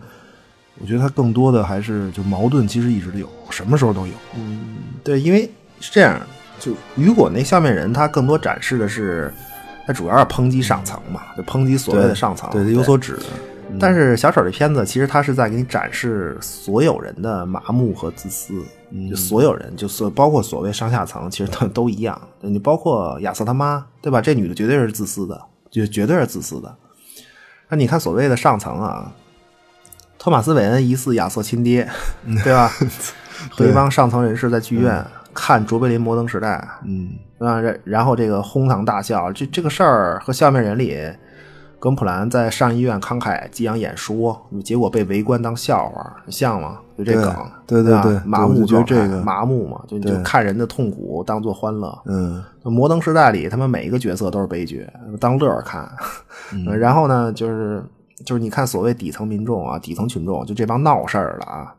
[SPEAKER 2] 我觉得他更多的还是就矛盾其实一直都有，什么时候都有，
[SPEAKER 4] 嗯对，因为是这样，就雨果那下面人，他更多展示的是，他主要是抨击上层嘛，就抨击所谓的上层，
[SPEAKER 2] 对，他有所指，
[SPEAKER 4] 但是小丑这片子其实他是在给你展示所有人的麻木和自私，
[SPEAKER 2] 嗯
[SPEAKER 4] 就所有人，就所包括所谓上下层，其实都都一样。你包括亚瑟他妈，对吧？这女的绝对是自私的，就绝对是自私的。那你看所谓的上层啊，托马斯韦恩疑似亚瑟亲爹，
[SPEAKER 2] 嗯 *laughs*
[SPEAKER 4] 对吧？和一帮上层人士在剧院看卓别林《摩登时代》，
[SPEAKER 2] 嗯，
[SPEAKER 4] 啊，然然后这个哄堂大笑，这这个事儿和下面人里，格姆普兰在上议院慷慨激昂演说，结果被围观当笑话，像吗？就这
[SPEAKER 2] 对
[SPEAKER 4] 梗，
[SPEAKER 2] 对
[SPEAKER 4] 对吧
[SPEAKER 2] 对对
[SPEAKER 4] 麻
[SPEAKER 2] 对我
[SPEAKER 4] 木
[SPEAKER 2] 就觉得
[SPEAKER 4] 状态
[SPEAKER 2] 这个
[SPEAKER 4] 麻木嘛，就你就
[SPEAKER 2] 对
[SPEAKER 4] 看人的痛苦当做欢乐。
[SPEAKER 2] 嗯，
[SPEAKER 4] 摩登时代里，他们每一个角色都是悲剧，当乐儿看。呃 *laughs* 然后呢，就是就是你看所谓底层民众啊，底层群众，就这帮闹事儿的啊。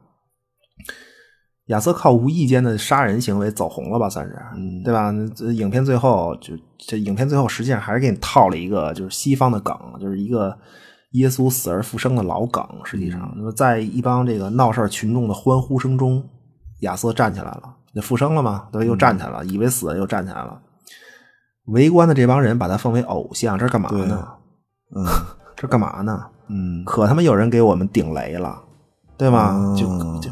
[SPEAKER 4] 亚瑟靠无意间的杀人行为走红了吧，算是，
[SPEAKER 2] 嗯
[SPEAKER 4] 对吧？那这影片最后就这影片最后实际上还是给你套了一个就是西方的梗，就是一个耶稣死而复生的老梗。实际
[SPEAKER 2] 嗯
[SPEAKER 4] 上，那么在一帮这个闹事儿群众的欢呼声中，亚瑟站起来了，那复生了嘛，对吧，又站起来
[SPEAKER 2] 嗯
[SPEAKER 4] 了，以为死了又站起来了。围观的这帮人把他奉为偶像，这是干嘛
[SPEAKER 2] 对
[SPEAKER 4] 呢？
[SPEAKER 2] 嗯
[SPEAKER 4] 这干嘛呢？
[SPEAKER 2] 嗯，
[SPEAKER 4] 可他妈有人给我们顶雷了，对吗？
[SPEAKER 2] 嗯
[SPEAKER 4] 就就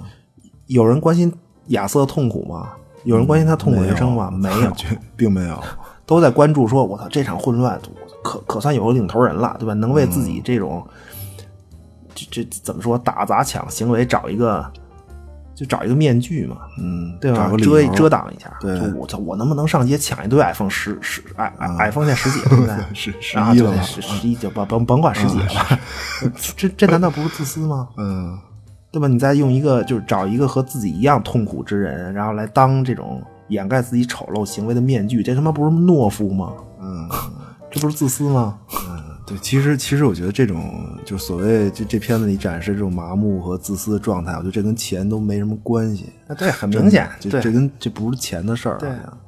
[SPEAKER 4] 有人关心亚瑟的痛苦吗？有人关心他痛苦人生
[SPEAKER 2] 嗯
[SPEAKER 4] 吗？没
[SPEAKER 2] *laughs*
[SPEAKER 4] 有，
[SPEAKER 2] 绝并没有，
[SPEAKER 4] 都在关注说，我操，这场混乱可可算有个领头人了，对吧？能为自己这种、这这怎么说打砸抢行为找一个就找一个面具嘛，
[SPEAKER 2] 嗯，
[SPEAKER 4] 对吧
[SPEAKER 2] 找？个理
[SPEAKER 4] 遮
[SPEAKER 2] 由
[SPEAKER 4] 遮挡一下，
[SPEAKER 2] 对嗯
[SPEAKER 4] 就我操，我能不能上街抢一堆 iPhone 十十 i iPhone 现在十几了，现在
[SPEAKER 2] 是十
[SPEAKER 4] 啊
[SPEAKER 2] 一
[SPEAKER 4] 对
[SPEAKER 2] 了吧？
[SPEAKER 4] 十十一就甭甭甭管十几了吧，
[SPEAKER 2] *laughs*
[SPEAKER 4] 这这难道不是自私吗？
[SPEAKER 2] 嗯，
[SPEAKER 4] 对吧？你再用一个就是找一个和自己一样痛苦之人，然后来当这种掩盖自己丑陋行为的面具，这他妈不是懦夫吗？
[SPEAKER 2] 嗯，
[SPEAKER 4] 这不是自私吗？
[SPEAKER 2] 对，其实其实我觉得这种就所谓就这片子里展示这种麻木和自私的状态，我觉得这跟钱都没什么关系，
[SPEAKER 4] 啊，对，很
[SPEAKER 2] 真
[SPEAKER 4] 明
[SPEAKER 2] 的
[SPEAKER 4] 显，
[SPEAKER 2] 这
[SPEAKER 4] 对
[SPEAKER 2] 这跟这不是钱的事儿，啊
[SPEAKER 4] 对
[SPEAKER 2] 好像。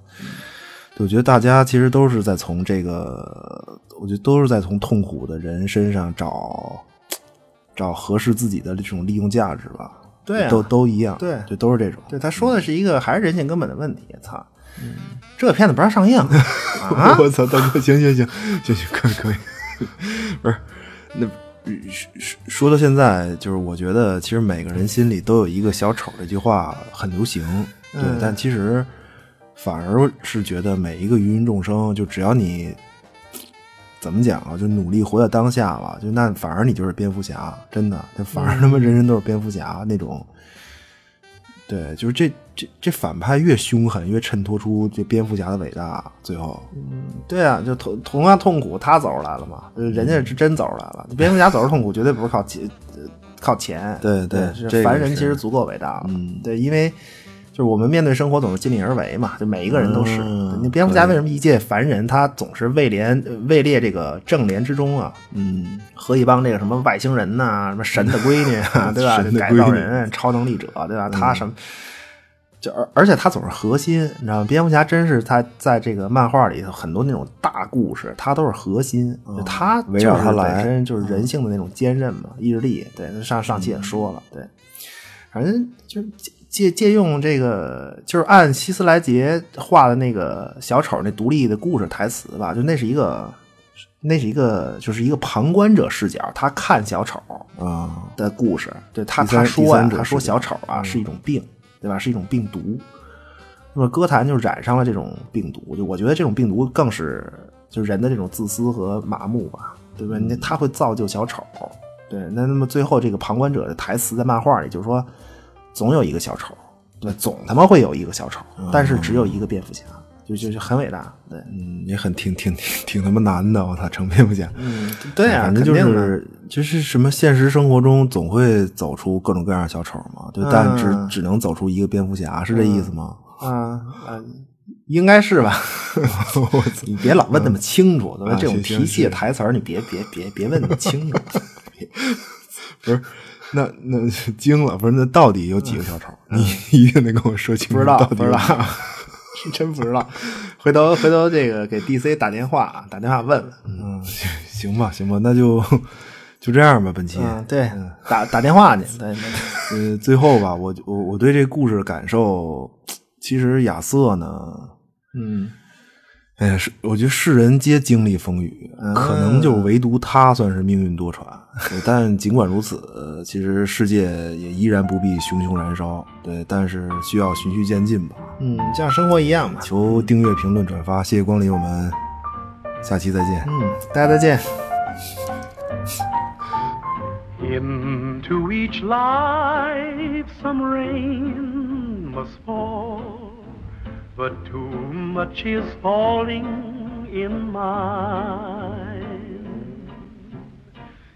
[SPEAKER 2] 对，我觉得大家其实都是在从这个，我觉得都是在从痛苦的人身上找找合适自己的这种利用价值吧。
[SPEAKER 4] 对啊
[SPEAKER 2] 都都一样，
[SPEAKER 4] 对
[SPEAKER 2] 就都是这种。
[SPEAKER 4] 对，他说的是一个还是人性根本的问题。操，这片子不
[SPEAKER 2] *laughs*
[SPEAKER 4] 让上映啊！
[SPEAKER 2] 嗯我操，大哥，行行行行行，可以可以，不是那。说说到现在，就是我觉得其实每个人心里都有一个“小丑”这句话很流行，对，
[SPEAKER 4] 嗯
[SPEAKER 2] 但其实反而是觉得每一个芸芸众生，就只要你怎么讲啊，就努力活在当下吧，就那反而你就是蝙蝠侠，真的，就反
[SPEAKER 4] 嗯
[SPEAKER 2] 而他妈人人都是蝙蝠侠那种。对，就是这这这反派越凶狠，越衬托出这蝙蝠侠的伟大。最后，
[SPEAKER 4] 啊对啊，就同同样痛苦，他走出来了嘛，呃人家
[SPEAKER 2] 嗯
[SPEAKER 4] 是真走出来了。蝙蝠侠走出痛苦，绝对不是靠钱，呃靠钱。
[SPEAKER 2] 对
[SPEAKER 4] 对
[SPEAKER 2] 对，
[SPEAKER 4] 是
[SPEAKER 2] 这个
[SPEAKER 4] 凡人
[SPEAKER 2] 是
[SPEAKER 4] 其实足够伟大了。
[SPEAKER 2] 嗯
[SPEAKER 4] 对，因为就是我们面对生活总是尽力而为嘛，就每一个人都是。
[SPEAKER 2] 嗯
[SPEAKER 4] 对那蝙蝠侠为什么一介凡人，他总是位廉呃位列这个正廉之中啊？
[SPEAKER 2] 嗯，
[SPEAKER 4] 和一帮这个什么外星人呐、什么神的闺女啊，对吧？
[SPEAKER 2] 神的
[SPEAKER 4] 改造
[SPEAKER 2] 闺女
[SPEAKER 4] 人、超能力者，对吧？他什么？就而而且他总是核心，你知道吗？蝙蝠侠真是他在这个漫画里头很多那种大故事，他都是核心，就他
[SPEAKER 2] 围绕他
[SPEAKER 4] 就是
[SPEAKER 2] 来
[SPEAKER 4] 本身就是人性的那种坚韧嘛，意志力。对，上上期也说了，对，反正就是借借借用这个，就是按希斯莱杰画的那个小丑那独立的故事台词吧，就那是一个，那是一个，就是一个旁观者视角，他看小丑，
[SPEAKER 2] 啊，
[SPEAKER 4] 的故事，对他
[SPEAKER 2] 第三
[SPEAKER 4] 他说
[SPEAKER 2] 第
[SPEAKER 4] 啊
[SPEAKER 2] 三，者
[SPEAKER 4] 他说
[SPEAKER 2] 视角嗯
[SPEAKER 4] 小丑啊是一种病，对吧？是一种病毒。那么歌坛就染上了这种病毒，就我觉得这种病毒更是就是人的这种自私和麻木吧，对
[SPEAKER 2] 嗯
[SPEAKER 4] 吧？那他会造就小丑，对。那那么最后这个旁观者的台词在漫画里就是说，总有一个小丑，对，总他妈会有一个小丑，但是只有一个蝙蝠侠，就就就很伟大，对。
[SPEAKER 2] 嗯，也很挺挺挺挺他妈难的，我操，成蝙蝠侠。
[SPEAKER 4] 嗯，对啊，
[SPEAKER 2] 反正就
[SPEAKER 4] 肯定的
[SPEAKER 2] 是就是什么现实生活中总会走出各种各样的小丑嘛，对，但只
[SPEAKER 4] 嗯
[SPEAKER 2] 只能走出一个蝙蝠侠，是这意思吗？
[SPEAKER 4] 啊啊，应该是吧？ *laughs* 嗯你别老问那么清楚，对吧？
[SPEAKER 2] 啊
[SPEAKER 4] 这种
[SPEAKER 2] 行行
[SPEAKER 4] 提气的
[SPEAKER 2] 行
[SPEAKER 4] 台词儿，你别别别别问那么清 *laughs* 楚。
[SPEAKER 2] 不是， *laughs* 那那惊了，不是那到底有几个小丑？你一定得跟我说清楚，
[SPEAKER 4] 嗯不知道
[SPEAKER 2] 到底
[SPEAKER 4] 不知
[SPEAKER 2] 有
[SPEAKER 4] 道，真不知道。回头回头这个给 DC 打电话啊，打电话问问。
[SPEAKER 2] 嗯，行行吧，行吧，那就就这样吧，本期。
[SPEAKER 4] 嗯，对，打打电话去。 *laughs* 对，
[SPEAKER 2] 呃，最后吧，我我我对这故事的感受，其实亚瑟呢，
[SPEAKER 4] 嗯，
[SPEAKER 2] 哎呀，是我觉得世人皆经历风雨，
[SPEAKER 4] 嗯
[SPEAKER 2] 可能就唯独他算是命运多舛。对但尽管如此，呃其实世界也依然不必熊熊燃烧。对，但是需要循序渐进吧。
[SPEAKER 4] 嗯，就像生活一样嘛。
[SPEAKER 2] 求订阅、评论、转发，谢谢光临，我们下期再见。
[SPEAKER 4] 嗯，大家再见。
[SPEAKER 3] Into each life some rain must fall, but too much is falling in mine.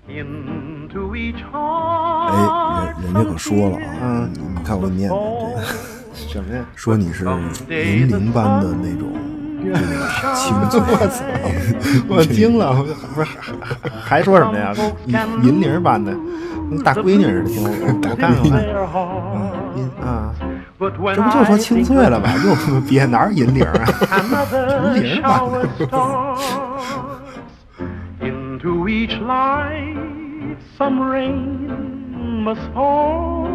[SPEAKER 3] Into each
[SPEAKER 2] 哎
[SPEAKER 3] heart，
[SPEAKER 2] 人人家可说了
[SPEAKER 3] some
[SPEAKER 4] 嗯
[SPEAKER 2] 啊，你看我念的这
[SPEAKER 3] *laughs* tears
[SPEAKER 2] 个，
[SPEAKER 4] 什么呀？
[SPEAKER 2] 说你是银铃般的那种这个情绪。
[SPEAKER 4] *laughs*
[SPEAKER 3] *laughs*
[SPEAKER 4] 我惊了，我不是还还说什么呀？银银铃般的，跟大闺女似的，听我
[SPEAKER 2] *laughs*
[SPEAKER 4] 我看看吧。银
[SPEAKER 3] *laughs*
[SPEAKER 4] 啊，这
[SPEAKER 3] 这
[SPEAKER 4] 不就说清脆了吗？ *laughs* 又他妈憋哪儿银铃啊？
[SPEAKER 3] Another
[SPEAKER 4] Year
[SPEAKER 3] shower starts into each life. Some rain must fall,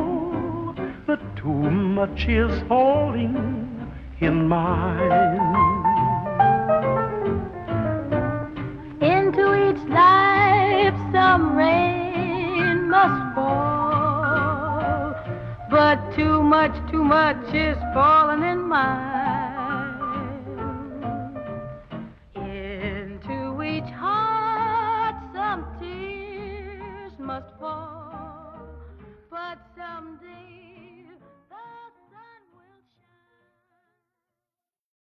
[SPEAKER 3] but too much is falling in mine.
[SPEAKER 1] Into each life some rain must fall. But too much, too much is falling in mine.